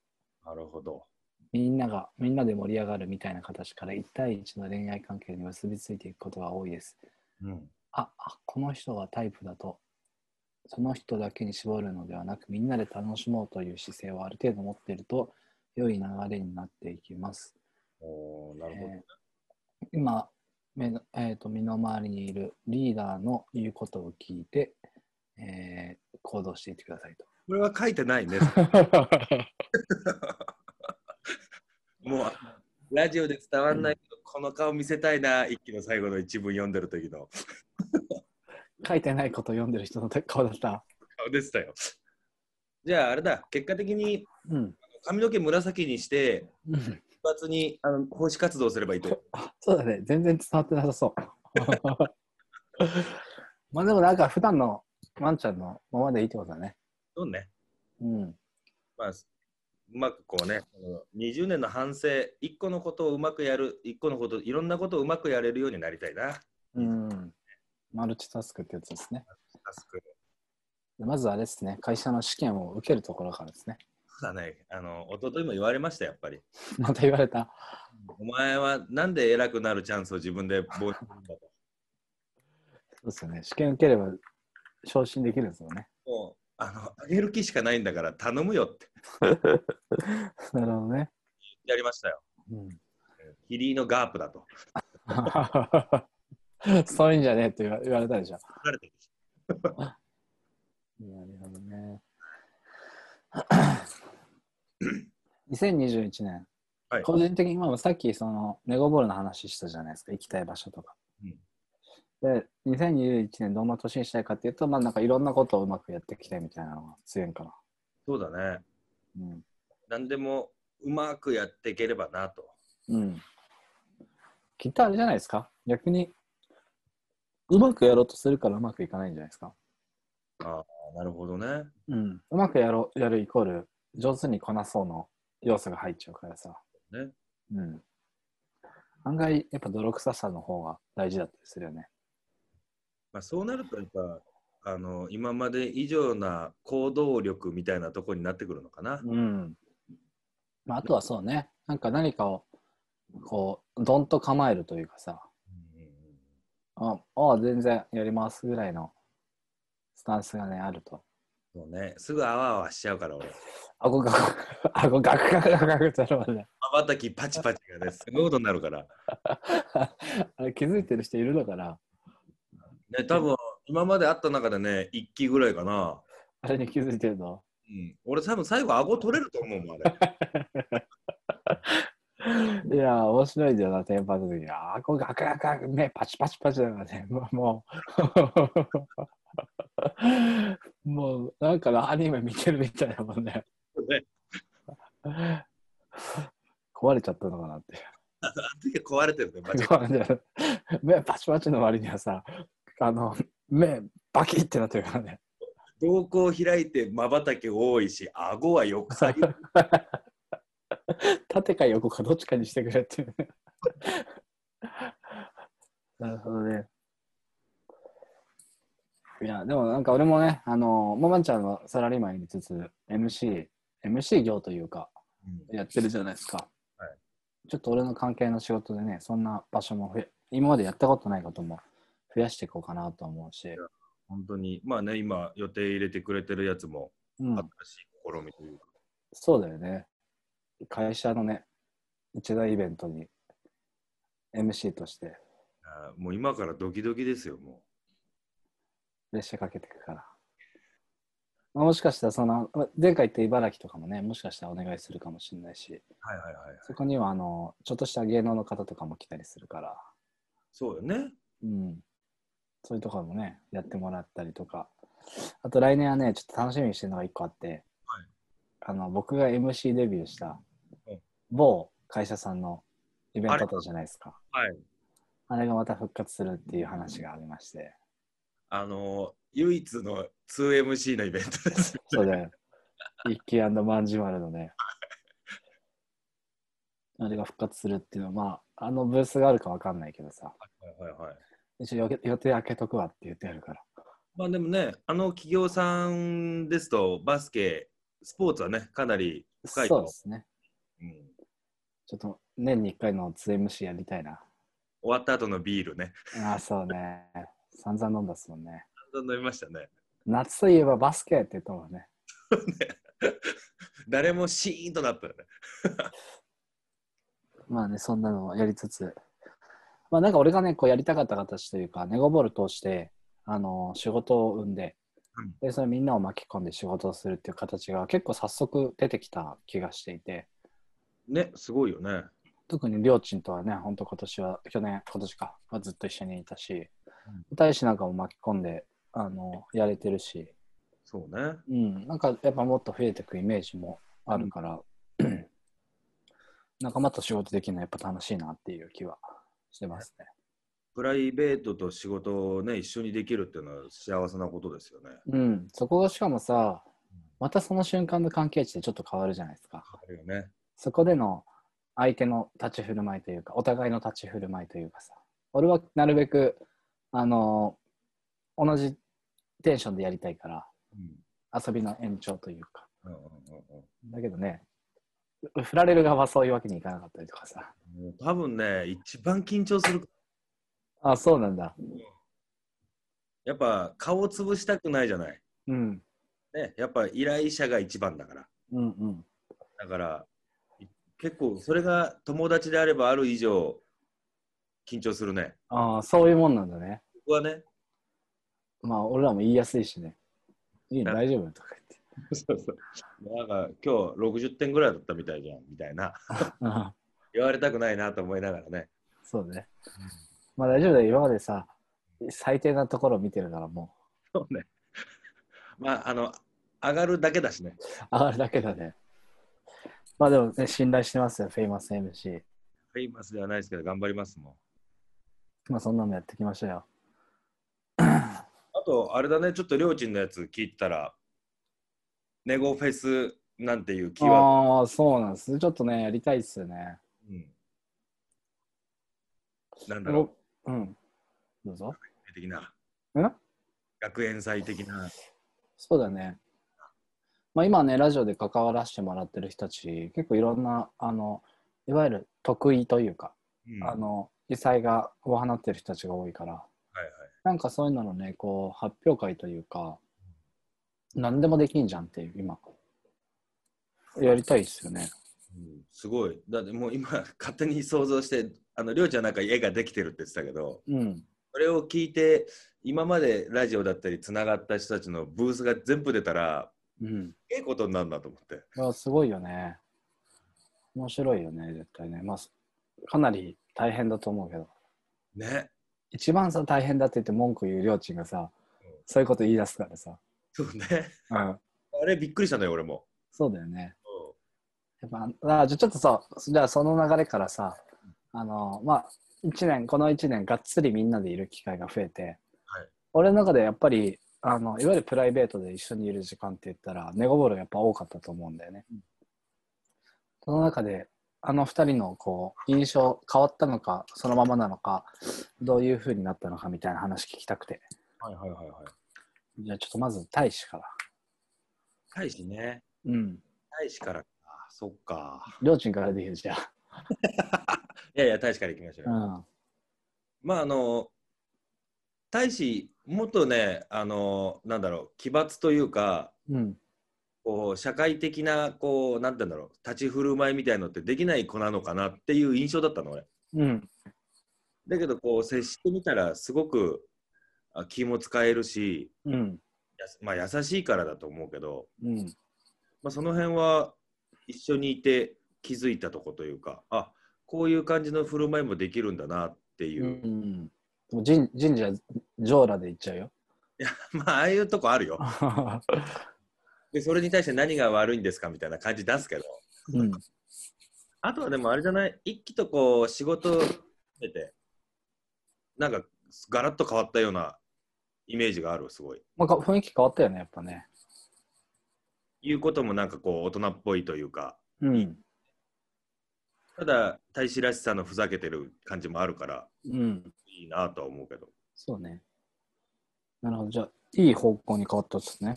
Speaker 3: なるほど
Speaker 2: みんながみんなで盛り上がるみたいな形から1対1の恋愛関係に結びついていくことが多いです
Speaker 3: うん
Speaker 2: ああこの人がタイプだとその人だけに絞るのではなくみんなで楽しもうという姿勢をある程度持っていると良い流れになっていきます。
Speaker 3: おーなるほど、
Speaker 2: えー今目の、えーと身の回りにいるリーダーの言うことを聞いて、えー行動していってくださ いと。
Speaker 3: これは書いてないねもうラジオで伝わんないけど、この顔見せたいな一期の最後の一文読んでる時の
Speaker 2: 書いてないことを読んでる人の顔だった。
Speaker 3: 顔でしたよじゃああれだ結果的に
Speaker 2: うん。
Speaker 3: 髪の毛紫にして
Speaker 2: うん
Speaker 3: 一発にあの奉仕活動すればいいと
Speaker 2: あそうだね。全然伝わってなさ そう。まあでもなんか普段のワンちゃんのままでいいってことだね。
Speaker 3: そうね
Speaker 2: うん。
Speaker 3: まあすうまくこうねこの20年の反省一個のことをうまくやる一個のこといろんなことをうまくやれるようになりたいなタ
Speaker 2: うん。マルチタスクってやつですね。
Speaker 3: スク
Speaker 2: でまずあれですね、会社の試験を受けるところからですね。
Speaker 3: そうだねあの一昨日も言われましたやっぱり
Speaker 2: また言われた。
Speaker 3: お前はなんで偉くなるチャンスを自分で防止するんだと
Speaker 2: そうですよね。試験受ければ昇進できるんですよね。
Speaker 3: もうあの上げる気しかないんだから頼むよって
Speaker 2: なるほどね。
Speaker 3: やりましたよ
Speaker 2: うん
Speaker 3: キリのガープだと
Speaker 2: そういうんじゃねえって言わ言われたでしょ。
Speaker 3: 疲れてる
Speaker 2: なるほどね。2021年、
Speaker 3: はい
Speaker 2: 個人的に、まあ、さっきそのレゴボールの話したじゃないですか、行きたい場所とか。で、2021年どんな年にしたいかっていうと、まあなんかいろんなことをうまくやっていきたいみたいなのが強いんかな。
Speaker 3: そうだね
Speaker 2: うん。
Speaker 3: 何でもうまくやっていければなと
Speaker 2: うん。きっとあれじゃないですか逆に、うまくやろうとするからうまくいかないんじゃないですか
Speaker 3: なるほどね
Speaker 2: うん、うまくやろうやるイコール上手にこなそうの要素が入っちゃうからさ、
Speaker 3: ね
Speaker 2: うん、案外やっぱ泥臭さの方が大事だったりするよね
Speaker 3: まあ、そうなるとやっぱあの今まで以上な行動力みたいなとこになってくるのかな。
Speaker 2: うん、まあ、あとはそうねなんか何かをこうどんと構えるというかさああ全然やりますぐらいのスタンスがねあると
Speaker 3: そうね、すぐあわあわしちゃうから俺。
Speaker 2: 顎が顎ガクガクガクガクってなるまでね
Speaker 3: まばたきパチパチがね、すごいことになるから。
Speaker 2: あれ気づいてる人いるのかな
Speaker 3: ね、多分今まであった中でね、1期ぐらいかな。
Speaker 2: あれに気づいてるの
Speaker 3: うん、俺多分最後顎取れると思うもんあれ。
Speaker 2: いやー、面白いんだよな、テンパった時ああ、こうガクガクガク、目パチパチパチだからね、 もう、もう もう、なんかのアニメ見てるみたいなもんね。
Speaker 3: ね
Speaker 2: 壊れちゃったのかなって。
Speaker 3: あの時は壊れてるね、マジで。
Speaker 2: 壊れちゃう目パチパチの割にはさ、あの、目バキってなってるからね。
Speaker 3: 瞳孔開いてまばたき多いし、顎はよくさぎ。
Speaker 2: 縦か横かどっちかにしてくれっていうね。 なるほどね。いや、でもなんか俺もね、あの、ママンちゃんはサラリーマンやりつつ、MC、MC 業というか、やってるじゃないですか。
Speaker 3: は
Speaker 2: ちょっと俺の関係の仕事でね、そんな場所もふや今までやったことないことも増やしていこうかなと思うし、
Speaker 3: 本当に、まあね、今、予定入れてくれてるやつも、
Speaker 2: うん
Speaker 3: 新、しい試みというか、
Speaker 2: そうだよね。会社のね、一大イベントに MC として
Speaker 3: あーもう今からドキドキですよ、も
Speaker 2: プレッシャーかけていくから。まあもしかしたらその、まあ前回言った茨城とかもね、もしかしたらお願いするかもしれないし、
Speaker 3: う。はいはいはい。
Speaker 2: そこにはあの、ちょっとした芸能の方とかも来たりするから、
Speaker 3: そうよね。
Speaker 2: うん。そういうところもね、やってもらったりとか。あと来年はね、ちょっと楽しみにしてるのが一個あって、
Speaker 3: はい
Speaker 2: あの、僕が MC デビューした
Speaker 3: うん
Speaker 2: 某会社さんのイベントだったじゃないですか。
Speaker 3: はい。
Speaker 2: あれがまた復活するっていう話がありまして。
Speaker 3: あのー、唯一の 2MC のイベントです。
Speaker 2: そうだよ。一気まんじまるのね。あれが復活するっていうのは、まあ、あのブースがあるかわかんないけどさ、
Speaker 3: はいはいはい。
Speaker 2: 一応予定予定開けとくわって言ってやるから。
Speaker 3: まあでもね、あの企業さんですと、バスケ、スポーツはね、かなり深いと
Speaker 2: そうですね。
Speaker 3: うん、
Speaker 2: ちょっと年に1回の 2MC やりたいな。
Speaker 3: 終わった後のビールね、
Speaker 2: ああ、そうね。散々飲んだっすもんね。
Speaker 3: 散々飲みましたね。
Speaker 2: 夏といえばバスケって言ったもんね。
Speaker 3: 誰もシーンとなったよね。
Speaker 2: まあね、そんなのをやりつつ。まあなんか俺がね、こうやりたかった形というか、ネゴボール通して、あの仕事を生んで
Speaker 3: うん、
Speaker 2: で、それみんなを巻き込んで仕事をするっていう形が結構早速出てきた気がしていて、
Speaker 3: ね、すごいよね。
Speaker 2: 特にりょーちんとはね、ほんと今年は、去年、今年か、はずっと一緒にいたし、大使なんかも巻き込んで、あのやれてるし、
Speaker 3: そうね。
Speaker 2: うん、なんかやっぱもっと増えていくイメージもあるから、 仲間と仕事できるのはやっぱ楽しいなっていう気はしてますね。
Speaker 3: プライベートと仕事をね、一緒にできるっていうのは幸せなことですよね。
Speaker 2: うん、そこがしかもさ、またその瞬間の関係値でちょっと変わるじゃないですか。
Speaker 3: あるよね。
Speaker 2: そこでの相手の立ち振る舞いというか、お互いの立ち振る舞いというかさ、俺はなるべく、あの同じテンションでやりたいから、遊びの延長というか。
Speaker 3: うんうんうんうん
Speaker 2: だけどね、振られる側はそういうわけにいかなかったりとかさ。
Speaker 3: もう多分ね、一番緊張する。
Speaker 2: あ、そうなんだ。
Speaker 3: やっぱ顔を潰したくないじゃない。
Speaker 2: うん。
Speaker 3: ね、やっぱ依頼者が一番だから。
Speaker 2: うんうん。
Speaker 3: だからい結構それが友達であればある以上緊張するね。
Speaker 2: ああ、そういうもんなんだね。
Speaker 3: 僕はね。
Speaker 2: まあ、俺らも言いやすいしね。いいの
Speaker 3: な
Speaker 2: 大丈夫とか
Speaker 3: そうそうなんか今日60点ぐらいだったみたいじゃんみたいな
Speaker 2: 言って。
Speaker 3: 言われたくないなと思いながらね。
Speaker 2: そうね。まあ大丈夫だよ。今までさ、最低なところを見てるからも
Speaker 3: そうね。まああの上がるだけだしね。
Speaker 2: う上がるだけだね。まあでもね、信頼してますよ、フェイマス MC。
Speaker 3: フェイマスではないですけど頑張りますもん。
Speaker 2: まあそんなのやっていきましょうよ。
Speaker 3: あとあれだねちょっとりょうちんのやつ聞いたらネゴフェスなんていうキーワー
Speaker 2: ああ、そうなんです。ちょっとね、やりたいっすよね。
Speaker 3: ド。うんなんだろう
Speaker 2: うん。どうぞ。
Speaker 3: 的な。
Speaker 2: ん
Speaker 3: 学園祭的な。
Speaker 2: そうだね。まあ、今ね、ラジオで関わらせてもらってる人たち、結構いろんな、あの、いわゆる得意というか、
Speaker 3: うん
Speaker 2: あの、異彩が放ってる人たちが多いから、
Speaker 3: はいはい。
Speaker 2: なんかそういうののね、こう、発表会というか、何でもできんじゃんっていう、今。やりたいですよね。
Speaker 3: うんすごい。だってもう今、勝手に想像して、あの、りょうちゃんなんか絵ができてるって言ってたけど、
Speaker 2: うん。
Speaker 3: それを聞いて、今までラジオだったり、つながった人たちのブースが全部出たら、
Speaker 2: うん。
Speaker 3: ええことになるなと思って。
Speaker 2: いやすごいよね。面白いよね、絶対ね。まあ、かなり大変だと思うけど。
Speaker 3: ね。
Speaker 2: 一番さ大変だって言って文句言うりょーちんがさ、
Speaker 3: うん
Speaker 2: そういうこと言い出すからさ、
Speaker 3: そうね。
Speaker 2: うん、
Speaker 3: あれ、びっくりしたのよ、俺も。
Speaker 2: そうだよねやっぱあじゃあちょっとさじゃあその流れからさあのまあ一年この1年がっつりみんなでいる機会が増えて、
Speaker 3: はい
Speaker 2: 俺の中でやっぱりあのいわゆるプライベートで一緒にいる時間って言ったらネゴボールがやっぱ多かったと思うんだよね、その中であの2人のこう印象変わったのかそのままなのかどういう風になったのかみたいな話聞きたくて
Speaker 3: はいはいはいはい。
Speaker 2: じゃあちょっとまず大使から
Speaker 3: 大使ね。
Speaker 2: うん。
Speaker 3: 大使からか。そっか。
Speaker 2: りょうちんからでいいよ、じゃあ。
Speaker 3: いやいや、大使から行きましょう
Speaker 2: う
Speaker 3: よ。
Speaker 2: ん。
Speaker 3: まあ、あの、大使、もっとね、あの、なんだろう、奇抜というか、
Speaker 2: うん。
Speaker 3: こう社会的な、こう、なんて言うんだろう、立ち振る舞いみたいのってできない子なのかなっていう印象だったの、俺。
Speaker 2: うん。
Speaker 3: だけど、こう、接してみたら、すごくあ気も使えるし、
Speaker 2: うん。
Speaker 3: やすまあ、優しいからだと思うけど、
Speaker 2: うん。
Speaker 3: まあ、その辺は一緒にいて気づいたとこというかあこういう感じの振る舞いもできるんだなっていうう、
Speaker 2: ん。でも神神社、上裸で行っちゃう よ。
Speaker 3: まあああいうとこあるよでそれに対して何が悪いんですかみたいな感じ出すけど
Speaker 2: うん。
Speaker 3: あとはでもあれじゃない一気とこう仕事しててなんかガラッと変わったようなイメージがあるすごい
Speaker 2: まあ、か雰囲気変わったよね、やっぱね。
Speaker 3: 言うこともなんかこう大人っぽいというか
Speaker 2: うん。
Speaker 3: ただ大使らしさのふざけてる感じもあるから
Speaker 2: うん。
Speaker 3: いいなとは思うけど
Speaker 2: そうね。なるほど。じゃあ、いい方向に変わったですね。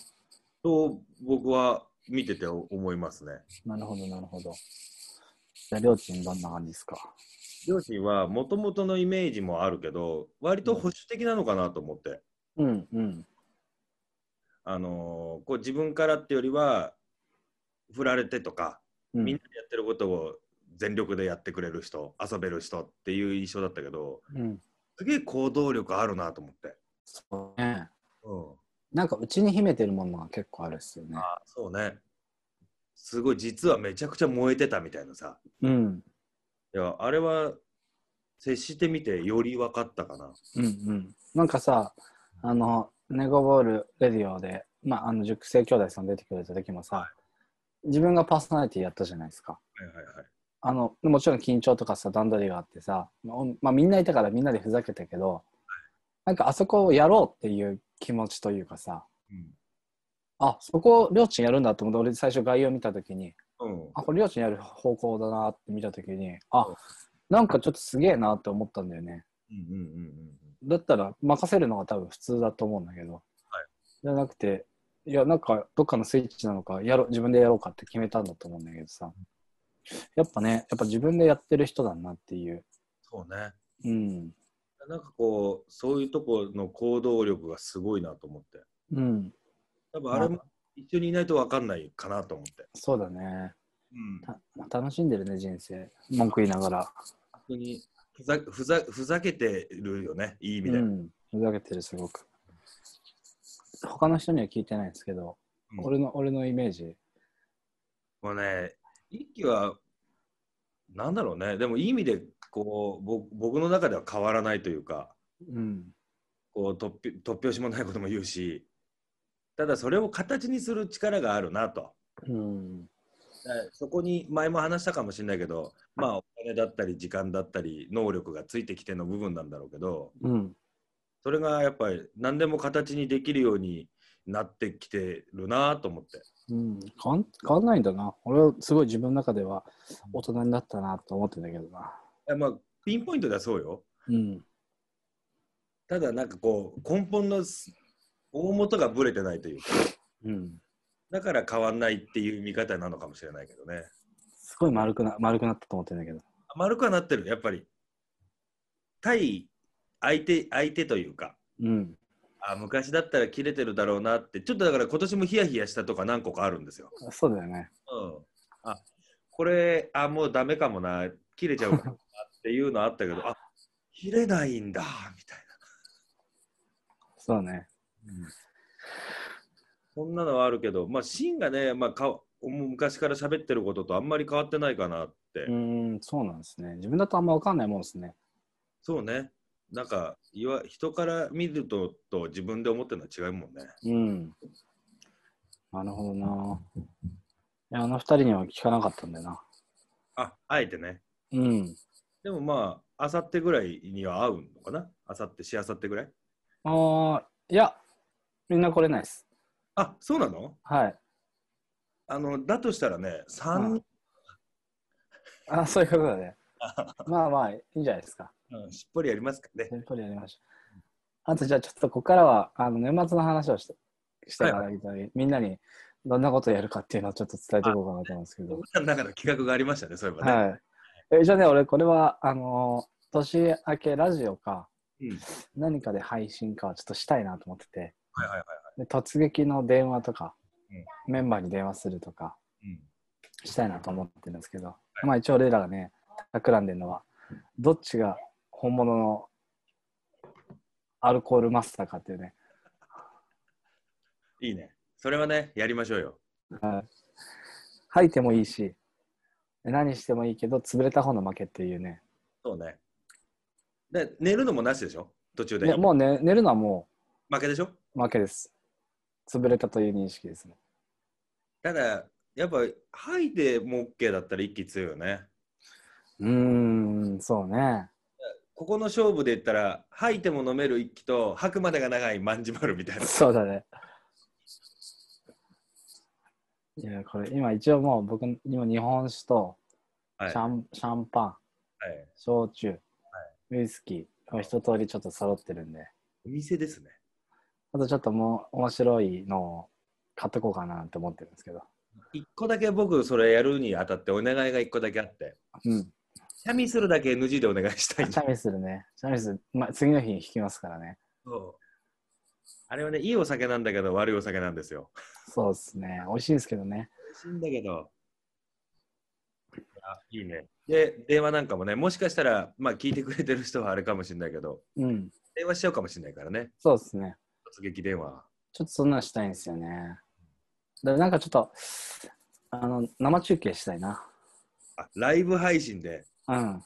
Speaker 3: と僕は見てて思いますね
Speaker 2: なるほど、なるほど。じゃあ、りょうちんどんな感じですか。
Speaker 3: 両親はもともとのイメージもあるけど割と保守的なのかなと思って、
Speaker 2: うん、うん。
Speaker 3: あのーこう自分からってよりは振られてとか、
Speaker 2: う
Speaker 3: みん
Speaker 2: ん
Speaker 3: な。でやってることを全力でやってくれる人遊べる人っていう印象だったけど
Speaker 2: うん、
Speaker 3: すげえ行動力あるなと思って、
Speaker 2: そうね。
Speaker 3: うん、
Speaker 2: なんか、うちに秘めてるものが結構あるっすよね。
Speaker 3: あそうねすごい実はめちゃくちゃ燃えてたみたいなさ
Speaker 2: うん。
Speaker 3: いやあれは接してみてより分かったかな
Speaker 2: うんうん、なんかさあのネゴボールレディオで、まあ、あの熟成兄弟さん出てくれた時もさ自分がパーソナリティやったじゃないですか
Speaker 3: はいはいはい
Speaker 2: あのもちろん緊張とかさ段取りがあってさ、まあおまあ、みんないたからみんなでふざけたけどなんかあそこをやろうっていう気持ちというかさあそこをりょうちんやるんだと思って俺最初概要見た時に
Speaker 3: うん、うん、
Speaker 2: あこれりょうちんやる方向だなって見た時にあなんかちょっとすげえなって思ったんだよね。
Speaker 3: うんうんうんうん
Speaker 2: だったら任せるのが多分普通だと思うんだけど、じゃなくていやなんかどっかのスイッチなのかやろ自分でやろうかって決めたんだと思うんだけどさやっぱねやっぱ自分でやってる人だなっていう
Speaker 3: そうね
Speaker 2: うん
Speaker 3: なんかこう、そういうとこの行動力がすごいなと思って。
Speaker 2: うん
Speaker 3: 多分あれも一緒にいないと分かんないかなと思って。
Speaker 2: そうだね
Speaker 3: うん。
Speaker 2: た楽しんでるね人生文句言いながら、
Speaker 3: 本当にふざふざふざけてるよね、いい意味
Speaker 2: う
Speaker 3: で。
Speaker 2: ん、ふざけてるすごく他の人には聞いてないんですけど、
Speaker 3: うん
Speaker 2: 俺の俺のイメージ
Speaker 3: もうね、一気は、なんだろうね、でもいい意味でこうぼ僕の中では変わらないというか、
Speaker 2: うん
Speaker 3: こう突拍突拍子もないことも言うし、ただそれを形にする力があるなと。
Speaker 2: うん
Speaker 3: はいそこに前も話したかもしれないけど、まあ、お金だったり時間だったり能力がついてきての部分なんだろうけど
Speaker 2: うん
Speaker 3: それがやっぱり何でも形にできるようになってきてるなと思って
Speaker 2: うん、変わん変わんないんだな。俺はすごい自分の中では大人になったなと思ってんだけどな。
Speaker 3: えまあ、ピンポイントではそうよ
Speaker 2: うん。
Speaker 3: ただなんかこう根本のす大元がぶれてないというか
Speaker 2: うん。
Speaker 3: だから変わんないっていう見方なのかもしれないけどね
Speaker 2: すごい丸くな丸くなったと思ってんだけど。
Speaker 3: 丸くはなってるやっぱり対相手相手というか
Speaker 2: うん。
Speaker 3: あ昔だったら切れてるだろうなってちょっとだから今年もヒヤヒヤしたとか何個かあるんですよ。
Speaker 2: そうだよね。
Speaker 3: うん、あこれあもうダメかもな切れちゃうかもなっていうのあったけ どあ切れないんだみたい
Speaker 2: そうだね。
Speaker 3: な、そんなのはあるけどまあ芯がね、まあ、かもう昔から喋ってることとあんまり変わってないかなって、
Speaker 2: うーん、そうなんですね。自分だとあんま分かんないもんですね。
Speaker 3: そうねなんかいわ人から見るとと自分で思ってるのは違うもんね。
Speaker 2: うん。なるほどな。いや、あの二人には聞かなかったんだよな。
Speaker 3: ああえてね
Speaker 2: うん。
Speaker 3: でもまあ、あさってぐらいには会うのかなあさって、しあさってぐらい
Speaker 2: ああ、いや、みんな来れないです。
Speaker 3: あ、そうなの
Speaker 2: はい。
Speaker 3: あの、だとしたらね、3人、
Speaker 2: あそういうことだね。まあまあ、いいんじゃないですか。
Speaker 3: うんしっぽりやりますかね
Speaker 2: テ。ンポリやりましょう。あとじゃあちょっとここからはあの年末の話をしてしてからみたいに、みんなにどんなことをやるかっていうのをちょっと伝えていこうかなと思うんですけど、
Speaker 3: 僕らの中の企画がありましたね、そういえばね。
Speaker 2: はい。えじゃあね、俺、これは、あのー年明けラジオか、
Speaker 3: うん
Speaker 2: 何かで配信かはちょっとしたいなと思ってて、
Speaker 3: はいはいはい。
Speaker 2: で突撃の電話とか、メンバーに電話するとか
Speaker 3: うん、
Speaker 2: したいなと思ってるんですけど、まあ一応俺らがね、企んでるのは、どっちが本物のアルコールマスターかっていうね、
Speaker 3: いいね。それはね、やりましょうよ。
Speaker 2: はい吐いてもいいし、何してもいいけど、潰れた方の負けっていうね、
Speaker 3: そうね。で、寝るのもなしでしょ途中で。
Speaker 2: ねもう、ね、寝るのはもう、
Speaker 3: 負けでしょ
Speaker 2: 負けです。潰れたという認識ですね。
Speaker 3: ただ、やっぱ、吐いても OK だったら一気強いよね。
Speaker 2: うーん、そうね。
Speaker 3: ここの勝負で言ったら、吐いても飲める一気と、吐くまでが長い万事丸みた いな。
Speaker 2: そうだね。いや、これ今一応もう僕、今日本酒と
Speaker 3: はい。
Speaker 2: シャ
Speaker 3: は
Speaker 2: ン,、シャンパン、
Speaker 3: い、
Speaker 2: 焼酎、ウイスキー、を一通りちょっと揃ってるんで、
Speaker 3: お店ですね。
Speaker 2: あとちょっともう面白いのを買っとこうかなって思ってるんですけど。
Speaker 3: 一個だけ僕、それやるにあたってお願いが一個だけあって、
Speaker 2: うん。
Speaker 3: シャミするだけ NG でお願いしたいん
Speaker 2: チ
Speaker 3: だ
Speaker 2: ャミスルね。チャミスル、まあ、次の日に引きますからね。
Speaker 3: そうあれはね、いいお酒なんだけど、悪いお酒なんですよ。
Speaker 2: そうですね。美味しいですけどね。
Speaker 3: 美味しいんだけど。あいいね。で、電話なんかもね、もしかしたら、まあ、聞いてくれてる人はあれかもしれないけど、
Speaker 2: うん。
Speaker 3: 電話しちゃうかもしれないからね、
Speaker 2: そうですね。
Speaker 3: 突撃電話。
Speaker 2: ちょっとそんなのしたいんですよね。だからなんかちょっと、あの、生中継したいな。
Speaker 3: あライブ配信で。
Speaker 2: うん。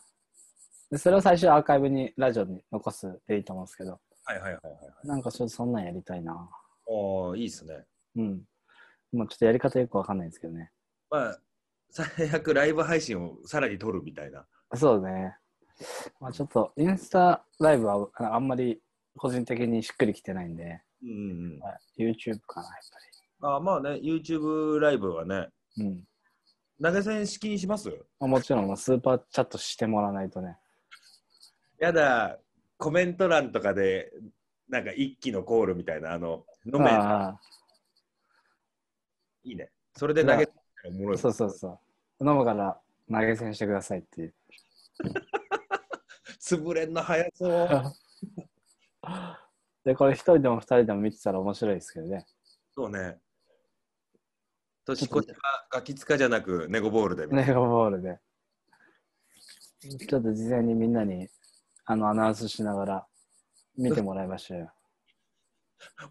Speaker 2: でそれを最初アーカイブに、ラジオに残すでいいと思うんですけど、
Speaker 3: はいはいはいはい。
Speaker 2: なんかちょっとそんなんやりたいな。
Speaker 3: おーいいっすね。
Speaker 2: うん。もうちょっとやり方よくわかんないんですけどね。
Speaker 3: まあ、最悪ライブ配信をさらに撮るみたいな。
Speaker 2: そうね。まあちょっと、インスタライブはああんまり個人的にしっくりきてないんで、
Speaker 3: うんうんうん。
Speaker 2: まあ YouTube かな、やっ
Speaker 3: あまあね、YouTube ライブはね、
Speaker 2: ぱり。うん。
Speaker 3: 投げ銭式にします
Speaker 2: まあ、もちろん、まあスーパーチャットしてもらわないとね。
Speaker 3: やだ、コメント欄とかで、なんか一気のコールみたいな、あの、飲め、
Speaker 2: あ
Speaker 3: いいね。それで投げておもろ
Speaker 2: あ、
Speaker 3: い。
Speaker 2: そうそうそう。飲むから投げ銭してくださいっていう。
Speaker 3: 潰れんの早そう。
Speaker 2: で、これ一人でも二人でも見てたら面白いですけどね。
Speaker 3: そうね。年越しはガキ使じゃなく、ネゴボールでみたいな。
Speaker 2: ネゴボールで。ちょっと事前にみんなにあのアナウンスしながら見てもらいましょうよ。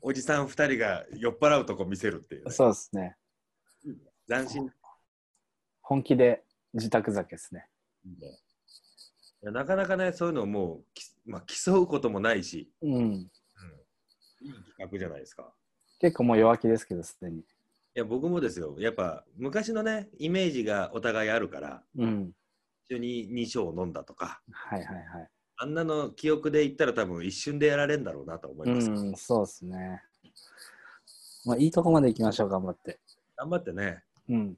Speaker 3: おじさん二人が酔っ払うとこ見せるっていう、ね。
Speaker 2: そうですね。
Speaker 3: 斬新。
Speaker 2: 本気で自宅酒ですね。
Speaker 3: いやなかなかね、そういうのをもう、きまあ、競うこともないし、
Speaker 2: うん。
Speaker 3: いい企画じゃないですか。
Speaker 2: 結構もう弱気ですけど、すでに。
Speaker 3: いや、僕もですよ。やっぱ、昔のね、イメージがお互いあるから、
Speaker 2: うん。
Speaker 3: 一緒に2升飲んだとか、
Speaker 2: はいはい
Speaker 3: あんなの記憶で言ったら多分一瞬でやられるんだろうなと思い
Speaker 2: はい。
Speaker 3: ます。
Speaker 2: うん、そうですね。まあ、いいとこまで行きましょう、頑張って。
Speaker 3: 頑張ってね、
Speaker 2: うん。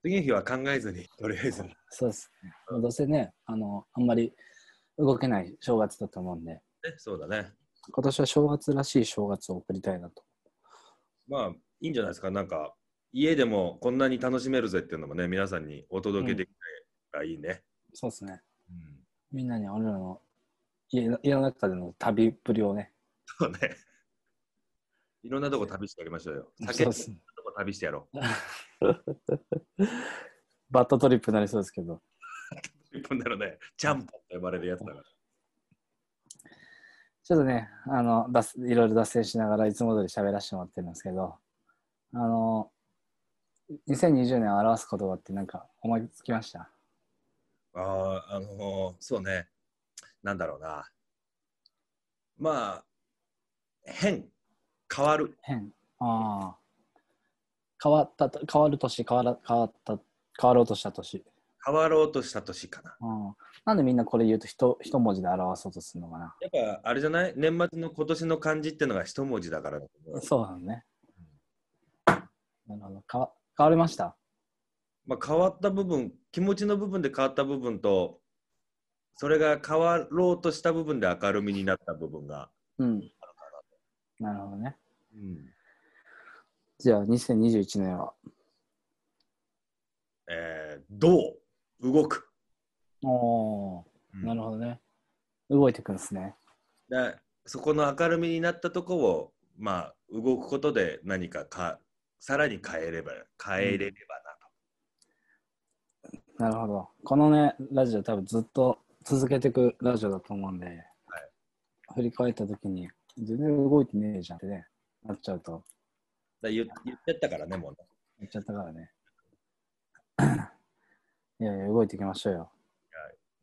Speaker 3: 次の日は考えずに、 とりあえず。
Speaker 2: そうですね。まあどうせね、あの、あんまり動けない正月だと思うんで。
Speaker 3: ね、そうだね。
Speaker 2: 今年は正月らしい正月を送りたいなと。
Speaker 3: まあ、いいんじゃないですか。なんか、家でもこんなに楽しめるぜっていうのもね、皆さんにお届けできたらいいね。
Speaker 2: そうですね。
Speaker 3: うん
Speaker 2: みんなに俺らの家の家の中での旅っぷりをね。
Speaker 3: そうね。いろんなとこ旅してやりましょうよ。酒
Speaker 2: そう
Speaker 3: の
Speaker 2: っ
Speaker 3: と
Speaker 2: すね
Speaker 3: こ旅してやろう。
Speaker 2: バッドトリップになりそうですけど。
Speaker 3: 日本ならね、ちゃんぽんと呼ばれるやつだから。
Speaker 2: ちょっとね、あの、脱いろいろ脱線しながらいつも通り喋らせてもらってるんですけど、あの、2020年を表す言葉ってなんか思いつきました
Speaker 3: ああ、あのーそうね。なんだろうな。まあ、変、変わる。
Speaker 2: 変。ああ。変わったと、変わる年、変わら、変わった、変わろうとした年。
Speaker 3: 変わろうとした年かな。
Speaker 2: うん。なんでみんなこれ言うと一一文字で表そうとするのかな
Speaker 3: やっぱ、あれじゃない年末の今年の漢字ってのが一文字だからだと思う。
Speaker 2: そうなのね。なるほど。変わ変わりました。
Speaker 3: まあ、変わった部分、気持ちの部分で変わった部分と、それが変わろうとした部分で明るみになった部分が。
Speaker 2: うん。なるほどね。
Speaker 3: うん
Speaker 2: じゃあ、2021年は
Speaker 3: えー、どう動く
Speaker 2: おー、なるほどね。動いてくんですね。
Speaker 3: だそこの明るみになったとこをまあ動くことで何かかさらに変えれば変えれればなと、
Speaker 2: なるほど。このね、ラジオ多分ずっと続けていくラジオだと思うんで、振り返った時に、全然動いてねえじゃんってね、なっちゃうと、
Speaker 3: だ言言ってったからねもうね
Speaker 2: 言っちゃったからね。 いやいや、動いていきましょうよ。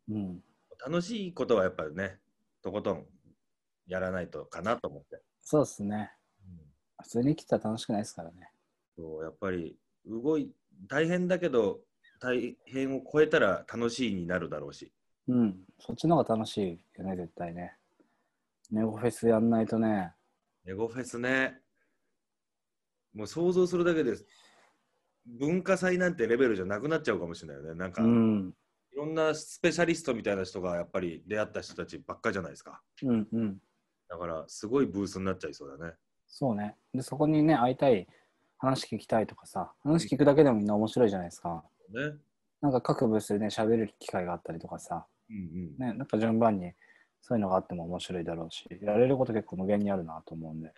Speaker 2: うん。
Speaker 3: 楽しいことはやっぱりねとことんやらないとかなと思って、
Speaker 2: そうですね。普通に生きたら楽しくないですからね。
Speaker 3: そうやっぱり動い大変だけど大変を超えたら楽しいになるだろうし
Speaker 2: うん。そっちの方が楽しいよね、絶対ね。ネゴフェスやんないとね、
Speaker 3: ネゴフェスねもう想像するだけで文化祭なんてレベルじゃなくなっちゃうかもしれないよねなんか、
Speaker 2: うん。
Speaker 3: いろんなスペシャリストみたいな人がやっぱり出会った人たちばっかじゃないですか。
Speaker 2: うんうん。
Speaker 3: だからすごいブースになっちゃいそうだね。
Speaker 2: そうね。で、そこにね、会いたい、話聞きたいとかさ、話聞くだけでもみんな面白いじゃないですか。
Speaker 3: ね。
Speaker 2: なんか各ブースでね、喋る機会があったりとかさ、
Speaker 3: うんうん。
Speaker 2: ね、なんか順番にそういうのがあっても面白いだろうし、やれること結構無限にあるなと思うんで。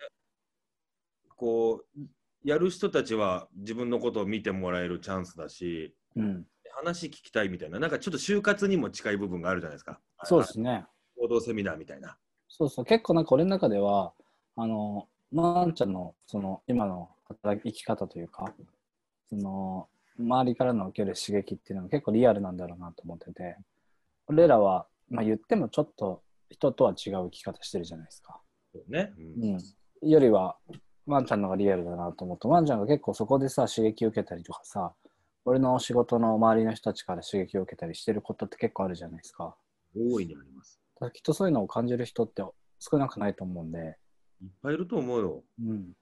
Speaker 3: こう、やる人たちは自分のことを見てもらえるチャンスだし、
Speaker 2: うん。
Speaker 3: 話聞きたいみたいな、なんかちょっと就活にも近い部分があるじゃないですか。
Speaker 2: そうですね。
Speaker 3: 行動セミナーみたいな。
Speaker 2: そうそう。結構なんか俺の中では、あの、まー、んちゃんのその今の働き生き方というか、その、周りからの受ける刺激っていうのが結構リアルなんだろうなと思ってて、俺らは、まあ、言ってもちょっと人とは違う生き方してるじゃないですか。
Speaker 3: ね。うん
Speaker 2: よりは、ワンちゃんの方がリアルだなと思って、ワンちゃんが結構そこでさ、刺激を受けたりとかさ、俺の仕事の周りの人たちから刺激を受けたりしてることって結構あるじゃないですか。
Speaker 3: 大いにあります。
Speaker 2: だからきっとそういうのを感じる人って少なくないと思うんで、
Speaker 3: いっぱいいると思うよ。
Speaker 2: うん。
Speaker 3: うん。